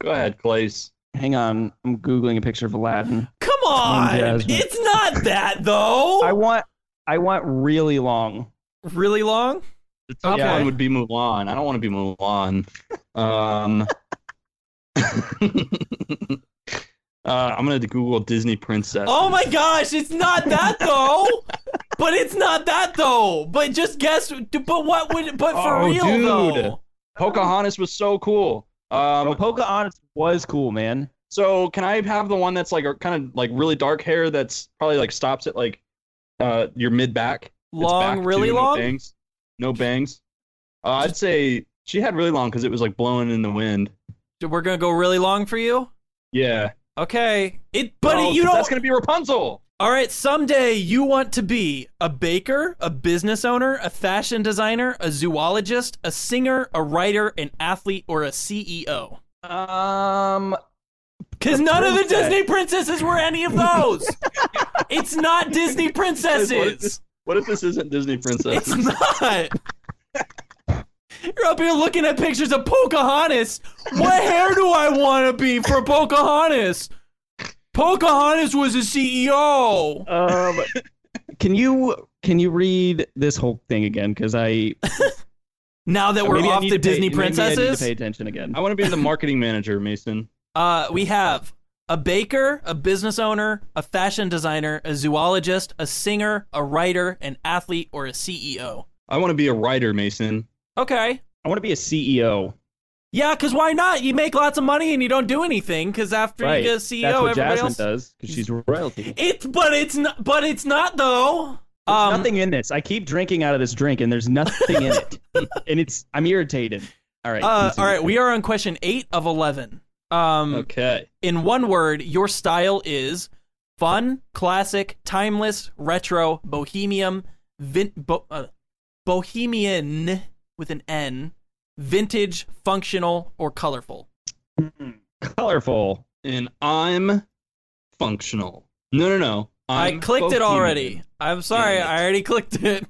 A: go ahead, Clace.
B: Hang on, I'm googling a picture of Aladdin.
C: Come on,
B: Jasmine.
C: it's not that though.
B: I want, I want really long.
C: really long.
A: The top
C: Okay.
A: one would be Mulan. I don't want to be Mulan. Um, uh, I'm gonna Google Disney princess.
C: Oh my gosh, it's not that though. but it's not that though. But just guess. But what would? But for
A: Oh,
C: real
A: dude.
C: though.
A: Pocahontas was so cool. Um,
B: Well, Pocahontas was cool, man.
A: so can I have the one that's like kind of like really dark hair that's probably like stops at like uh your mid back?
C: Long, really long.
A: No bangs. No bangs. Uh, I'd say she had really long because it was like blowing in the wind.
C: We're gonna go really long for you.
A: Yeah,
C: Okay. It. But
A: Oh,
C: you
A: 'cause
C: don't.
A: That's gonna be Rapunzel.
C: All right. Someday you want to be a baker, a business owner, a fashion designer, a zoologist, a singer, a writer, an athlete, or a CEO.
B: Um,
C: Because none of the
B: princess.
C: Disney princesses were any of those. it's not Disney princesses.
A: What if this isn't Disney princess?
C: It's not. You're up here looking at pictures of Pocahontas. What hair do I want to be for Pocahontas? Pocahontas was a E CEO.
B: um, can you can you read this whole thing again? Because I
C: Now that we're
B: Uh, maybe I
C: off
B: need
C: the
B: to pay-
C: Disney
B: maybe I need to
C: princesses,
B: pay attention again.
A: I want to be the marketing manager, Mason.
C: uh, we have a baker, a business owner, a fashion designer, a zoologist, a singer, a writer, an athlete, or a CEO.
A: I want to be a writer, Mason.
C: Okay.
B: I want to be a E CEO.
C: Yeah, because why not? You make lots of money and you don't do anything because after
B: Right.
C: you get a CEO,
B: That's what
C: everybody
B: Jasmine
C: else
B: does because she's royalty.
C: It's but it's not but it's not though.
B: There's
C: Um,
B: nothing in this. I keep drinking out of this drink, and there's nothing in it. and it's I'm irritated. All right.
C: uh, all
B: continue.
C: right, we are on question eight of eleven. Um,
A: Okay.
C: in one word, your style is fun, classic, timeless, retro, bohemian, vin- bo- uh, bohemian with an N, vintage, functional, or colorful.
B: Colorful.
A: And I'm functional. No, no, no.
C: i
A: I'm
C: clicked it
A: bohemian.
C: already. I'm sorry,
A: Damn it.
C: I already clicked it.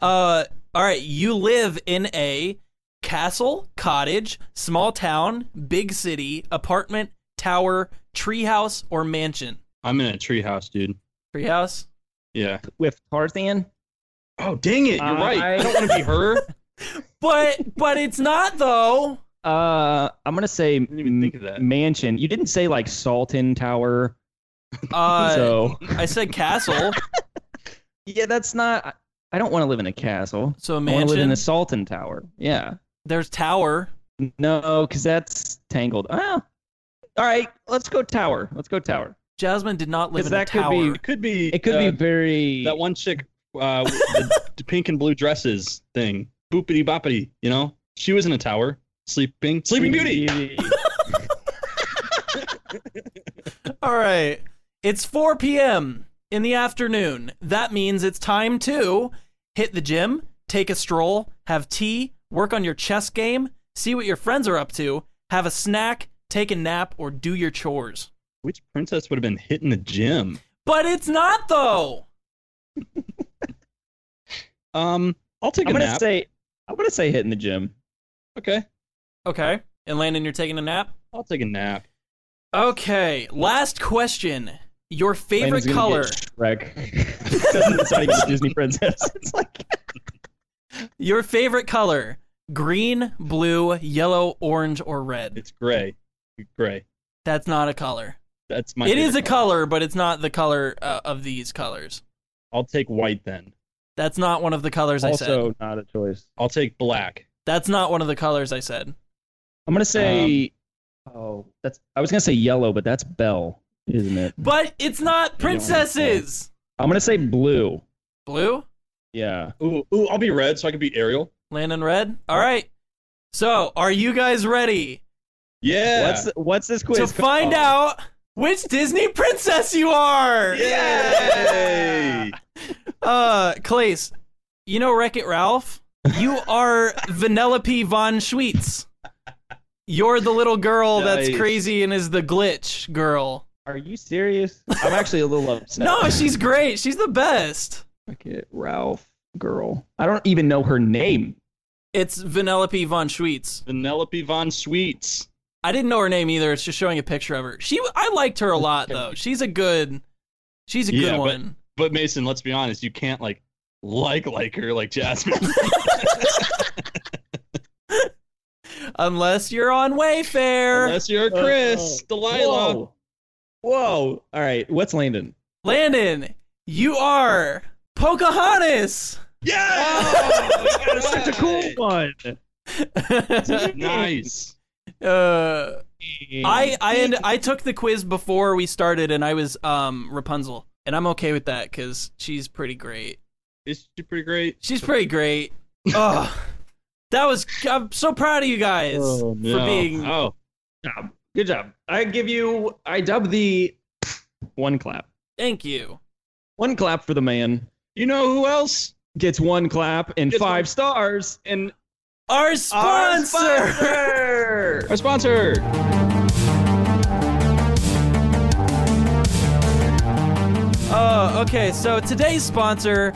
C: Uh, all right, you live in a castle, cottage, small town, big city, apartment, tower, treehouse, or mansion.
A: I'm in a treehouse, dude.
C: Treehouse.
A: Yeah.
B: with Tarzan.
A: Oh, dang it! You're
B: Uh,
A: right.
B: I-
A: I don't want to be her.
C: But but it's not though.
B: Uh, I'm gonna say
A: didn't even think of that.
B: mansion. You didn't say like Salton Tower,
C: Uh,
B: so
C: I said castle,
B: yeah, that's not. I- I don't want to live in a castle.
C: so a
B: I want to live in
C: mansion.
B: a Salton Tower. Yeah,
C: There's tower.
B: no, because that's tangled. Ah, all right, let's go tower. Let's go tower. Jasmine.
C: Jasmine did not live
B: 'Cause
C: in a
B: that could
C: tower.
B: be-
A: It could be.
B: It could
A: uh,
B: be very.
A: that one chick, uh, with the d- pink and blue dresses thing. Boopity boppity. You know, she was in a tower sleeping. Sleeping Beauty.
C: All right. It's 4 p.m. in the afternoon. That means it's time to hit the gym, take a stroll, have tea, work on your chess game, see what your friends are up to, have a snack, take a nap, or do your chores.
A: Which princess would have been hitting the gym?
C: But it's not, though.
A: Um, I'll take a
B: I'm gonna
A: nap.
B: say. I'm gonna say hit in the gym.
A: okay,
C: Okay. And Landon, you're taking a nap?
A: I'll take a nap.
C: Okay. Last question. Your
B: Landon's
C: favorite
B: gonna
C: color.
B: get Shrek. it's not even a Disney princess. It's like
C: Your favorite color. Green, blue, yellow, orange, or red.
A: It's gray. Gray.
C: That's not a color.
A: That's my.
C: it is a
A: favorite
C: color, but it's not the color uh, of these colors.
A: I'll take white then.
C: That's not one of the colors I said.
B: also not a choice.
A: I'll take black.
C: That's not one of the colors I said.
B: I'm gonna say. oh, that's. I was gonna say yellow, but that's Belle, isn't it?
C: But it's not princesses.
B: I'm gonna say blue.
C: Blue?
B: Yeah.
A: Ooh, ooh, I'll be red so I can be Ariel.
C: Landon red? All right. So, are you guys ready
A: Yeah.
B: What's what's this quiz?
C: to find
A: Oh.
B: called?
C: out which Disney princess you are?
A: Yay!
C: Uh, Clace, you know Wreck It Ralph? You are Vanellope von Schweetz. You're the little girl that's
A: Nice.
C: crazy and is the glitch girl.
B: Are you serious? I'm actually a little upset.
C: No, she's great. She's the best.
B: Fuck it, Ralph girl. I don't even know her name.
C: It's Vanellope von Schweetz.
A: Vanellope Von Sweets.
C: I didn't know her name either. It's just showing a picture of her. She, I liked her a lot though. She's a good, she's a good
A: Yeah, but-
C: one.
A: But Mason, let's be honest, you can't like like like her like Jasmine.
C: Unless you're on Wayfair,
A: Unless you're
C: Uh,
A: Chris, Delilah.
B: Whoa. Whoa. All right. What's Landon?
C: Landon, you are Pocahontas.
A: Yeah!
C: Oh,
B: That's such a cool one.
A: nice.
C: uh, I I end, I took the quiz before we started, and I was um Rapunzel, and I'm okay with that because she's pretty great.
A: Is she pretty great?
C: She's pretty great. Ugh. That was I'm so proud of you guys for
A: No.
C: being
A: Oh,
B: job. Good job. I give you. I dub the one clap.
C: thank you.
B: One clap for the man.
A: you know who else?
B: Gets one clap and
A: Gets
B: five
A: one-
B: stars.
A: And
C: Our
B: Our
C: sponsor.
B: sponsor!
A: our sponsor.
C: Oh, okay. So today's sponsor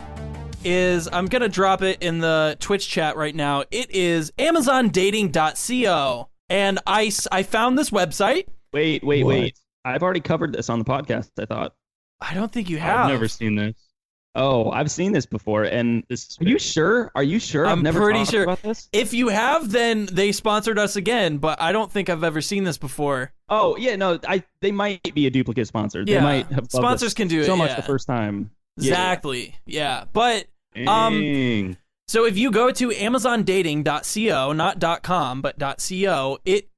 C: is I'm going to drop it in the Twitch chat right now. It is amazondating.co. And I, s- I found this website.
B: wait, wait,
A: What?
B: wait. I've already covered this on the podcast. I thought.
C: I don't think you have.
A: I've never seen this.
B: Oh, I've seen this before. And
A: This is
B: are you sure? Are you sure?
C: I'm
B: have never
C: pretty
B: talked
C: sure.
B: about this.
C: If you have, then they sponsored us again, but I don't think I've ever seen this before.
B: Oh yeah, no. I they might be a duplicate sponsor. They
C: yeah.
B: might have loved
C: Sponsors can do
B: us
C: it.
B: so much
C: yeah.
B: the first time. Yeah.
C: Exactly. Yeah. But Um,
A: Dang.
C: So if you go to amazondating.co, not .com, but .co, it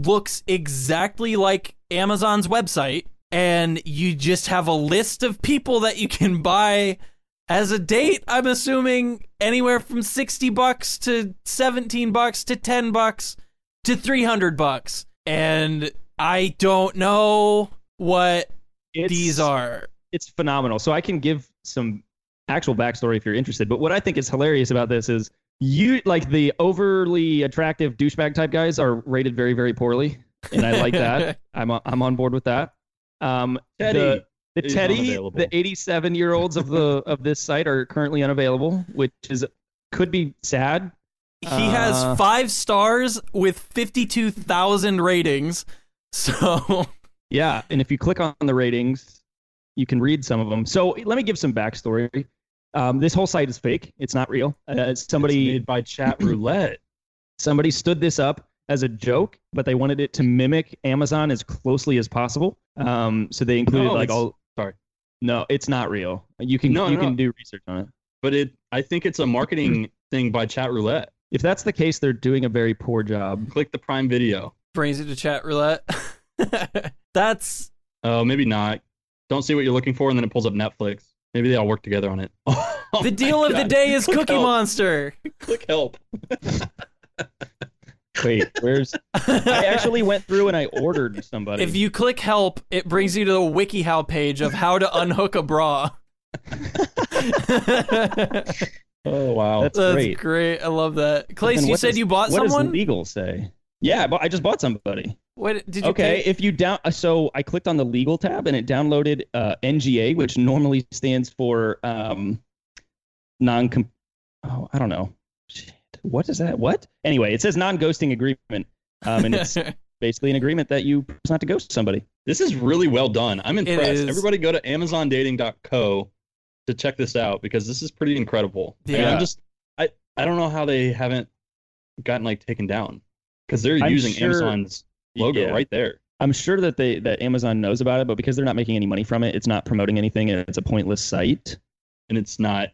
C: looks exactly like Amazon's website and you just have a list of people that you can buy as a date, I'm assuming anywhere from 60 bucks to 17 bucks to 10 bucks to 300 bucks. And I don't know what
B: It's-
C: these are.
B: it's phenomenal. So I can give some actual backstory if you're interested. But what I think is hilarious about this is you like the overly attractive douchebag type guys are rated very very poorly, and I like that. I'm on- I'm on board with that. Um,
A: Teddy.
B: the, the
A: is
B: Teddy,
A: unavailable.
B: the 87 year olds of the of this site are currently unavailable, which is could be sad.
C: He has
B: Uh,
C: five stars with 52,000 ratings. So,
B: Yeah, and if you click on the ratings, you can read some of them. So let me give some backstory. Um, this whole site is fake. It's not real. Uh, somebody
A: It's made by chat roulette.
B: Somebody stood this up as a joke, but they wanted it to mimic Amazon as closely as possible. Um, so they included
A: No,
B: like
A: Oh, it's-
B: all.
A: sorry.
B: No, it's not real. You can
A: No,
B: you
A: no,
B: can
A: no.
B: do research on it.
A: but it, I think it's a marketing thing by chat roulette.
B: If that's the case, they're doing a very poor job.
A: Click the Prime Video.
C: brings you to chat roulette. That's
A: Oh, maybe not. Don't see what you're looking for, and then it pulls up Netflix. Maybe they all work together on it. Oh my
C: the deal of the
A: God.
C: day is
A: Click
C: Cookie
A: help.
C: Monster.
A: Click help.
B: Wait, where's? I actually went through and I ordered somebody.
C: if you click help, it brings you to the WikiHow page of how to unhook a bra. That's
A: Oh wow.
B: That's-
C: great.
B: Great.
C: I love that. Clace,
B: Then
C: you
B: what
C: said
B: does-
C: you bought
B: what
C: someone.
B: does legal say? Yeah, but I just bought somebody.
C: what did you?
B: Okay,
C: pay-
B: if you down, uh, so I clicked on the legal tab and it downloaded uh, NGA, which normally stands for um, non. Oh, I don't know. Shit, what is that? What? Anyway, it says non-ghosting agreement, um, and it's basically an agreement that you promise not to ghost somebody.
A: this is really well done. I'm impressed.
C: is.
A: Everybody go to AmazonDating.co to check this out because this is pretty incredible. I mean,
C: Yeah.
A: I'm just I I don't know how they haven't gotten like taken down because they're
B: I'm
A: using
B: sure-
A: Amazon's logo
B: Yeah.
A: right there.
B: I'm sure that they that Amazon knows about it, but because they're not making any money from it, it's not promoting anything, and it's a pointless site.
A: and it's not.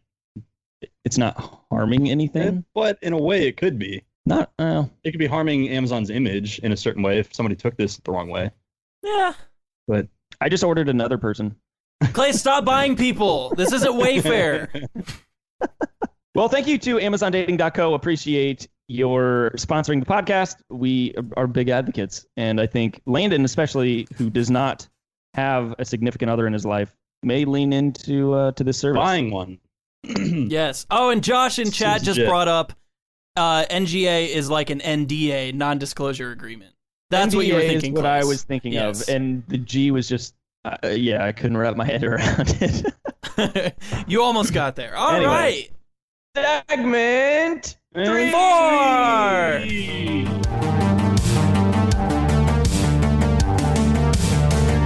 B: It's not harming anything.
A: But in a way, it could be.
B: Not uh,
A: It could be harming Amazon's image in a certain way if somebody took this the wrong way.
C: Yeah.
B: I just ordered another person.
C: Clay, stop buying people. This isn't Wayfair.
B: Well, thank you to AmazonDating.co. Appreciate your sponsoring the podcast. We are big advocates. And I think Landon, especially, who does not have a significant other in his life, may lean into uh, to this service.
A: Buying one.
C: Yes. Oh, and Josh in
A: Seems
C: chat just
A: legit.
C: brought up uh, NGA is like an NDA, non disclosure agreement. That's what you were
B: NBA is
C: thinking.
B: what
C: Clay.
B: I was thinking
C: Yes.
B: of. And the G was just, uh, yeah, I couldn't wrap my head around it.
C: you almost got there. All right.
B: Anyway. Segment
C: Three, four.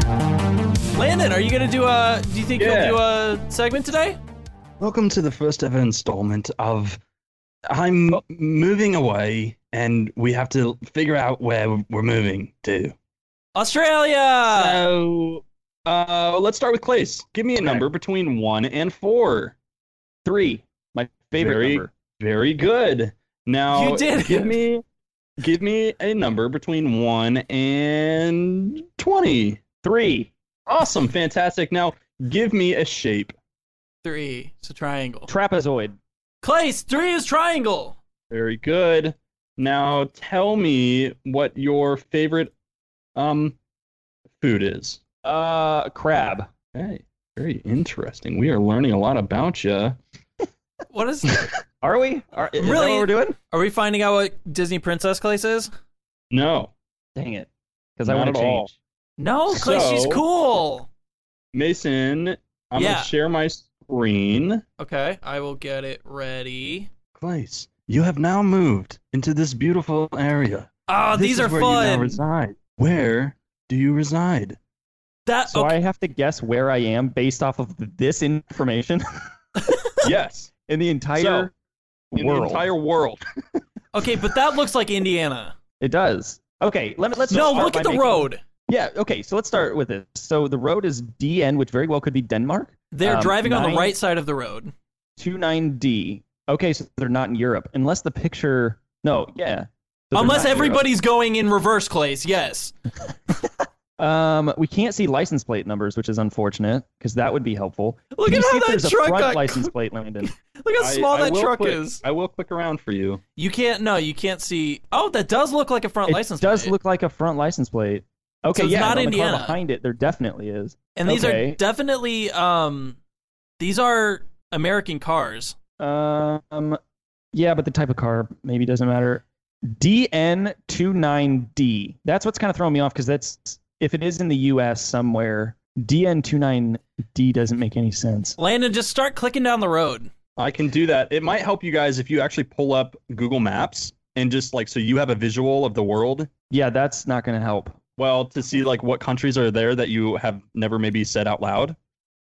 C: Landon, are you gonna do a? Do you think
A: Yeah.
C: you'll do a segment today?
A: Welcome to the first ever installment of I'm moving away and we have to figure out where we're moving to.
C: Australia.
A: So uh, let's start with Clace. Give me a
B: Okay.
A: number between one and four.
B: Three. My favorite
A: Very-
B: number.
A: Very good. Now
C: You did
A: give
C: it.
A: me give me a number between one and twenty.
B: Three.
A: Awesome, fantastic. Now give me a shape.
C: Three. It's a triangle.
B: Trapezoid.
C: Clace, three is triangle.
A: Very good. Now tell me what your favorite um food is.
B: Uh, crab.
A: Hey, very interesting. We are learning a lot about you.
C: What is?
B: Are we? Are, is that
C: Really?
B: what we're doing?
C: are we finding out what Disney princess Clace is?
A: No,
B: Dang it. Because I
A: Not
B: want
A: at
B: to
A: all.
B: change.
C: No, Clace, she's
A: So-
C: cool.
A: Mason, I'm
C: Yeah.
A: gonna share my screen.
C: Okay, I will get it ready.
A: Clace, you have now moved into this beautiful area.
C: Oh,
A: This
C: these
A: is
C: are
A: where you now
C: fun.
A: reside. Where do you reside?
C: That
B: So
C: okay,
B: I have to guess where I am based off of this information
A: yes,
B: in the entire
A: in
B: world.
A: the entire world.
C: okay, but that looks like Indiana.
B: it does. Okay, let, let's
C: no,
B: start
C: look
B: by
C: at the
B: making-
C: road.
B: Yeah, okay, so let's start with this. So the road is DN, which very well could be Denmark,
C: They're
B: Um,
C: driving on the
B: nine-
C: right side of the road.
B: 29D. Okay, so they're not in Europe, unless the picture. No, yeah. So they're
C: Unless
B: not in Europe.
C: everybody's going in reverse, Clace. Yes.
B: Um, we can't see license plate numbers, which is unfortunate because that would be helpful.
C: Look
B: Can you
C: at
B: see
C: how
B: if
C: that
B: there's
C: truck
B: a front
C: got.
B: license plate, Landon.
C: Look how
A: I-
C: small
A: I
C: that
A: will
C: truck
A: click-
C: is.
A: I will click around for you.
C: You can't. No, you can't see. Oh, that does look like a front
B: it
C: license.
B: does
C: plate.
B: look like a front license plate. Okay,
C: So it's
B: yeah,
C: not
B: and on the car
C: Indiana.
B: behind it, there definitely is.
C: And these are
B: okay.
C: definitely. Um, these are American cars.
B: Um, yeah, but the type of car maybe doesn't matter. DN29D. That's what's kind of throwing me off because that's if it is in the U.S. somewhere, DN29D doesn't make any sense.
C: Landon, just start clicking down the road.
A: I can do that. It might help you guys if you actually pull up Google Maps and just like so you have a visual of the world.
B: Yeah, that's not going to help.
A: Well, to see like what countries are there that you have never maybe said out loud.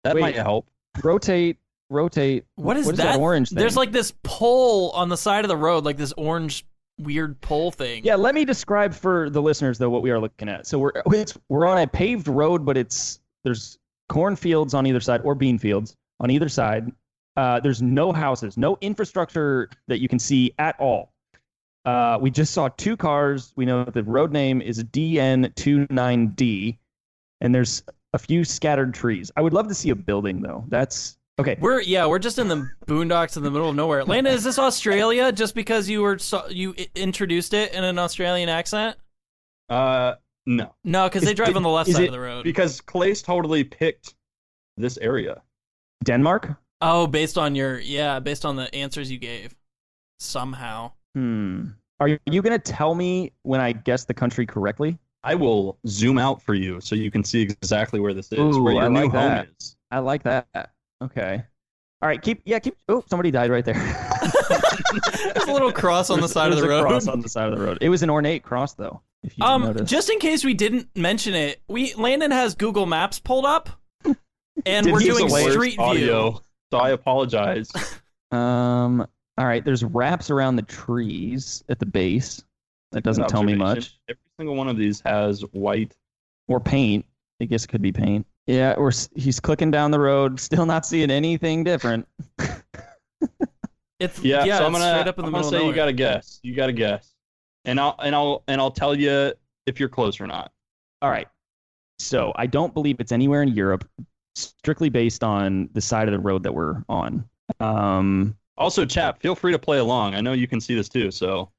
A: That
B: Wait.
A: might help.
B: Rotate, rotate.
C: What is
B: what is that, orange thing?
C: There's like this pole on the side of the road, like this orange weird pole thing.
B: Yeah, let me describe for the listeners though what we are looking at. So we're it's, we're on a paved road, but it's there's cornfields on either side or bean fields on either side. Uh, there's no houses, no infrastructure that you can see at all. Uh, we just saw two cars. We know that the road name is DN29D, and there's a few scattered trees. I would love to see a building though. That's okay.
C: We're yeah, we're just in the boondocks in the middle of nowhere. Landon, is this Australia? Just because you were so, you i- introduced it in an Australian accent?
A: Uh, no,
C: No, because
A: Is
C: they drive
A: it-
C: on the left
A: is
C: side
A: it
C: of the road.
A: because Clay's totally picked this area.
B: Denmark.
C: oh, based on your yeah, based on the answers you gave, somehow.
B: Hmm. Are you, are you gonna tell me when I guess the country correctly?
A: I will zoom out for you so you can see exactly where this is,
B: Ooh,
A: where your
B: I
A: new
B: like
A: home
B: that.
A: is.
B: I like that. Okay. All right. Keep. Yeah. Keep. Oh, somebody died right there.
C: There's a little cross on the
B: There's-
C: side of
B: there's
C: the
B: a
C: road.
B: Cross on the side of the road. It was an ornate cross, though. If you
C: Um,
B: noticed.
C: just in case we didn't mention it, we Landon has Google Maps pulled up, and
B: Did
C: we're
B: he
C: doing
B: use the worst
C: Street
A: audio,
C: View.
A: so I apologize.
B: Um. All right. There's wraps around the trees at the base. That doesn't
A: Good
B: tell me
A: observation.
B: much.
A: Every single one of these has white.
B: Or paint. I guess it could be paint. Yeah. Or s- he's clicking down the road, still not seeing anything different.
C: It's
A: Yeah, so I'm
C: it's
A: gonna,
C: straight up in the
A: I'm gonna
C: middle.
A: say
C: of
A: you
C: nowhere.
A: got to guess. You got to guess, and I'll and I'll and I'll tell you if you're close or not.
B: All right. So I don't believe it's anywhere in Europe, strictly based on the side of the road that we're on. Um,
A: Also, chap, feel free to play along. I know you can see this too. So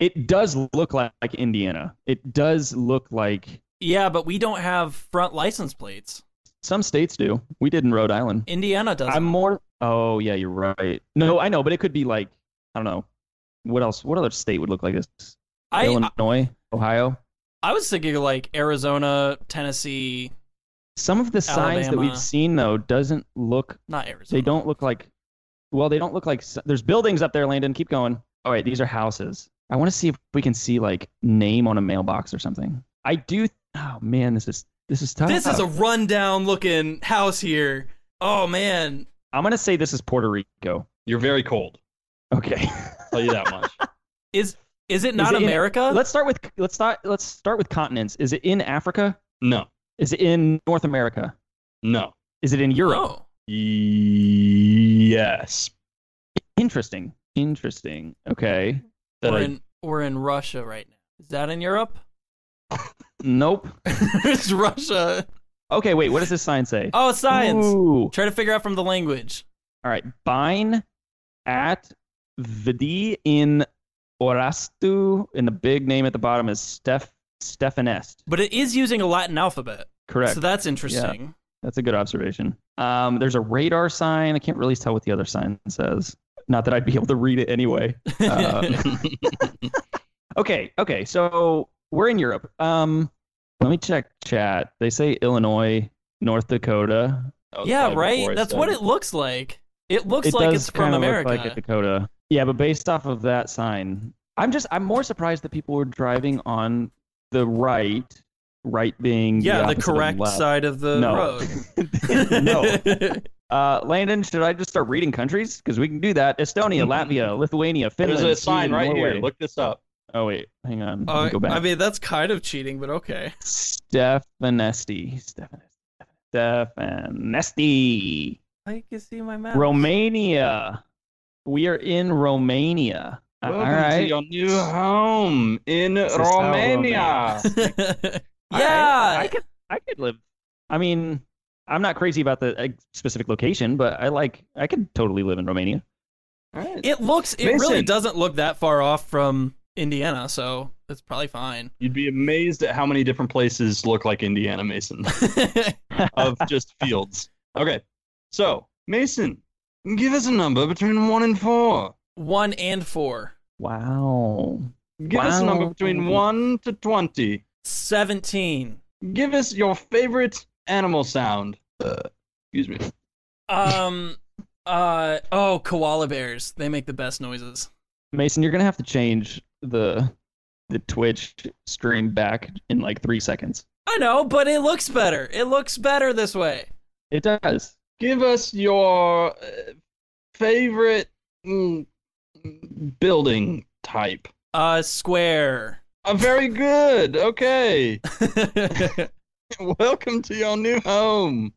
B: it does look like, like Indiana. It does look like
C: yeah, but we don't have front license plates.
B: some states do. We did in Rhode Island.
C: Indiana doesn't.
B: I'm more. Oh yeah, you're right. No, I know, but it could be like I don't know. What else? What other state would look like this?
C: I,
B: Illinois, Ohio.
C: I was thinking like Arizona, Tennessee,
B: Some of the signs that
C: Alabama.
B: we've seen though doesn't look.
C: not Arizona.
B: They don't look like. Well, they don't look like. s- There's buildings up there, Landon. Keep going. All right, these are houses. I want to see if we can see like name on a mailbox or something. I do. Oh man, this is this is tough.
C: This is a rundown looking house here. Oh man,
B: I'm gonna say this is Puerto Rico.
A: you're very cold.
B: Okay.
A: Tell you that much.
C: is it not
B: it in-
C: America?
B: let's start with let's start let's start with continents. Is it in Africa?
A: No,
B: Is it in North America?
A: no.
B: Is it in Europe?
C: Oh.
A: Yes.
B: Interesting. Interesting. Okay.
A: That
C: we're
A: I-
C: in we're in Russia right now. Is that in Europe?
B: Nope.
C: it's Russia.
B: Okay, wait. What does this sign say?
C: Oh, it's science.
B: Ooh.
C: Try to figure out from the language.
B: All right. Bine at Vidi in Orastu. And the big name at the bottom is Steph Stephanest.
C: But it is using a Latin alphabet.
B: Correct.
C: So that's interesting.
B: That's a good observation. Um, there's a radar sign. I can't really tell what the other sign says. Not that I'd be able to read it anyway. Uh, Okay, okay. So we're in Europe. Um, let me check chat. They say Illinois, North Dakota.
A: that was
C: yeah,
A: probably before I
C: right? That's
A: said
C: what it looks like. It looks
B: it
C: like
B: does
C: it's from
B: kinda
C: America.
B: Look like a Dakota. Yeah, but based off of that sign, I'm just I'm more surprised that people were driving on the right, right being
C: yeah,
B: the,
C: the
B: opposite of
C: correct
B: left.
C: side of the
B: No.
C: road.
B: no. Uh, Landon, should I just start reading countries? Because we can do that. Estonia, Latvia, Lithuania, Finland.
A: Mm-hmm. There's a sign
B: Sweden,
A: right here.
B: Norway.
A: Look this up.
B: Oh wait, hang on. Let me
C: Uh,
B: go back.
C: I mean, that's kind of cheating, but okay.
B: Stefanesti. Stefanesti. Stefanesti.
C: I can see my map.
B: Romania. We are in Romania. Uh, All
A: Welcome to
B: right.
A: your new home in
B: is how
A: Romania.
C: yeah.
B: All right. I could, I could live. I mean, I'm not crazy about the uh, specific location, but I like, I could totally live in Romania.
A: Alright.
C: It looks it really
A: Mason.
C: doesn't look that far off from Indiana, so it's probably fine.
A: You'd be amazed at how many different places look like Indiana, Mason, of just fields. Okay, so Mason, give us a number between one and four.
C: One and four.
B: Wow.
A: Give us a number
B: Wow.
A: between one to twenty.
C: Seventeen.
A: Give us your favorite animal sound. Uh, excuse me.
C: Um uh oh, koala bears. They make the best noises.
B: Mason, you're going to have to change the the Twitch stream back in like three seconds.
C: I know, but it looks better. It looks better this way.
B: It does.
A: Give us your uh, favorite mm, building type.
C: Uh square.
A: Uh, very good. Okay.
C: Wonderful.
A: Welcome to your new home.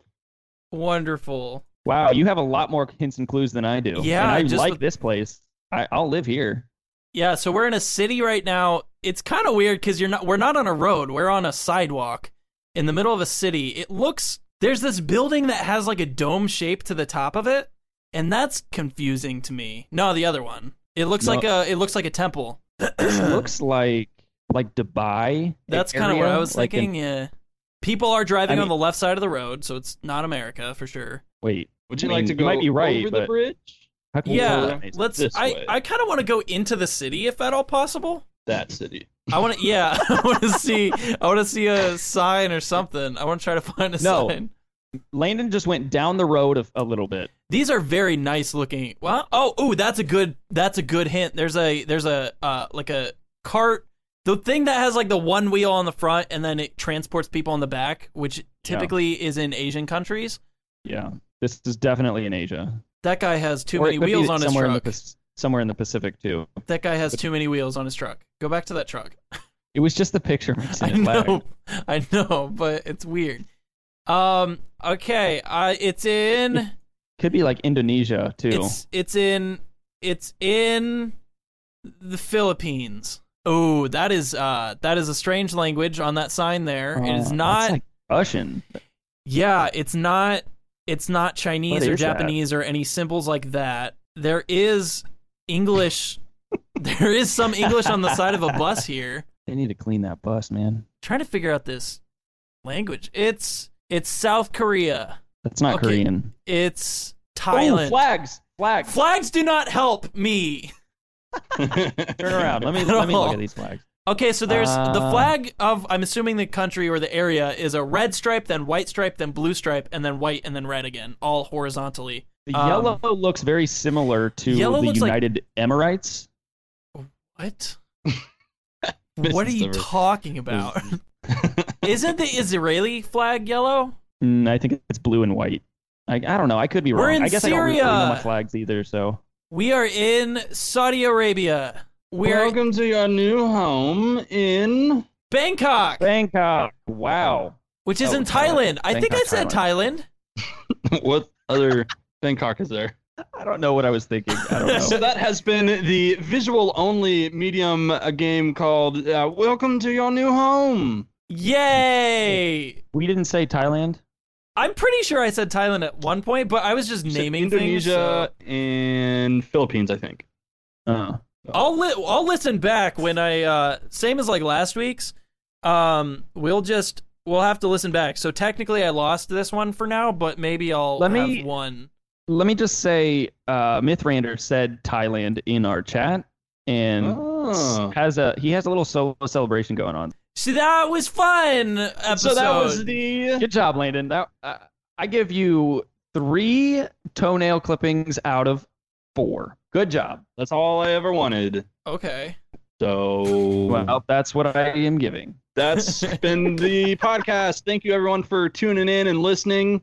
B: Wow, you have a lot more hints and clues than I do.
C: Yeah,
B: and I
C: just
B: like
C: with-
B: this place. I, I'll live here.
C: Yeah, so we're in a city right now. It's kind of weird because you're not. We're not on a road. We're on a sidewalk in the middle of a city. It looks there's this building that has like a dome shape to the top of it, and that's confusing to me. No, the other one. It looks
B: No.
C: like a. It looks like a temple.
B: This looks like like Dubai.
C: That's
B: area,
C: kind of what I was
B: like in-
C: thinking. yeah, people are driving
B: I
C: on
B: mean-
C: the left side of the road, so it's not America for sure.
B: wait,
A: Would you
B: I
A: like
B: mean,
A: to
B: you
A: go
B: might be right,
A: over the
B: but-
A: bridge?
B: how can you tell
C: Yeah,
B: that, Mason?
C: let's.
A: This
C: I
A: way.
C: I kind of want to go into the city if at all possible.
A: That city.
C: I want to, yeah. I want to see. I want to see a sign or something. I want to try to find a
B: No.
C: sign.
B: Landon just went down the road a, a little bit.
C: These are very nice looking. Well, oh, ooh, that's a good. That's a good hint. There's a. There's a. Uh, like a cart. The thing that has like the one wheel on the front and then it transports people on the back, which typically is in Asian countries.
B: Yeah, this is definitely in Asia.
C: That guy has too
B: Or it
C: many
B: could be
C: wheels on his
B: somewhere in the
C: truck.
B: Pas- somewhere in the Pacific too.
C: that guy has too many wheels on his truck. Go back to that truck.
B: It was just the picture. Mason,
C: I
B: it lagged.
C: know, I know, but it's weird. Um. Okay. Uh, it's in.
B: Could be like Indonesia too.
C: It's it's in It's in the Philippines. Oh, that is uh that is a strange language on that sign there. it
B: Uh,
C: is
B: that's
C: not
B: like Russian.
C: yeah, it's not it's not Chinese
B: What
C: or
B: is that?
C: Japanese or any symbols like that. There is English there is some English on the side of a bus here.
B: They need to clean that bus, man.
C: trying to figure out this language. It's it's South Korea.
B: That's not
C: Okay.
B: Korean.
C: It's
B: Oh,
C: Thailand.
B: flags, flags.
C: Flags do not help me.
B: Turn around. Let me
C: At
B: let me
C: all.
B: look at these flags.
C: Okay, so there's the
A: Ah.
B: Uh.
C: flag of I'm assuming the country or the area is a red stripe, then white stripe, then blue stripe, and then white and then red again, all horizontally.
B: The
C: Um,
B: yellow looks very similar to
C: yellow
B: the
C: looks like-
B: United Emirates.
C: What? what are
A: This is
C: you
A: the-
C: talking about? Isn't the Israeli flag yellow?
B: Mm, I think it's blue and white. I, I don't know. I could be
C: We're
B: wrong.
C: in
B: I guess I don't really know my
C: Syria.
B: flags either. So
C: We are in Saudi Arabia. We're
A: Welcome to your new home in.
C: Bangkok,
B: Bangkok. Wow.
C: which is
A: Oh,
C: in
A: Thailand.
C: Thailand. I think I
B: Bangkok,
C: said Thailand.
A: what other Bangkok is there?
B: I don't know what I was thinking. I don't
A: So
B: know.
A: that has been the visual only medium a game called uh, Welcome to Your New Home.
C: Yay!
B: we didn't say Thailand.
C: I'm pretty sure I said Thailand at one point, but I was just
A: It's
C: naming
A: Indonesia
C: Things,
A: and Philippines, I think.
B: Uh,
C: so. I'll li- I'll listen back when I uh, same as like last week's. Um, we'll just we'll have to listen back. So technically, I lost this one for now, but maybe I'll
B: Let
C: have
B: me-
C: one.
B: let me just say, uh, Mythrander said Thailand in our chat, and
A: Oh.
B: has a he has a little solo celebration going on.
C: See, that was fun. Episode.
A: So that was the.
B: Good job, Landon. That uh, I give you three toenail clippings out of four. Good job.
A: That's all I ever wanted.
C: okay.
A: So
B: Well, that's what I am giving.
A: that's been the podcast. Thank you everyone for tuning in and listening.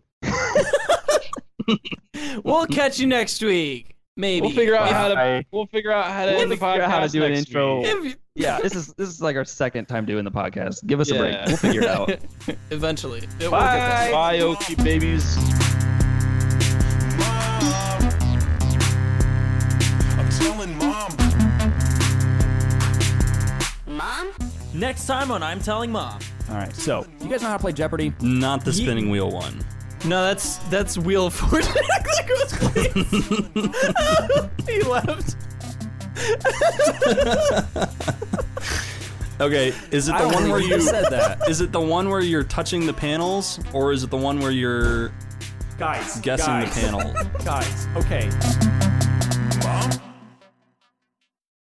C: We'll catch you next week. Maybe
A: We'll figure out
C: If-
A: how to
B: Bye.
A: we'll figure out how to
B: We'll
A: end the
B: figure out
A: podcast.
B: how to do an
A: next
B: intro.
A: week.
C: if-
B: Yeah, this is this is like our second time doing the podcast. Give us a break.
A: Yeah.
B: We'll figure it out.
C: eventually. It will get there.
B: Bye.
A: Bye, Okie babies.
E: Mom, I'm telling mom.
F: Mom?
C: Next time on I'm Telling Mom.
B: All right. So, you guys know how to play Jeopardy?
D: Not the spinning wheel one.
C: No, that's that's Wheel of Fortune. Click was please. he left.
D: Okay, is it the one where you
B: said that.
D: is it the one where you're touching the panels, or is it the one where you're
G: Guys,
D: guessing
G: guys,
D: the panel?
G: Guys, okay.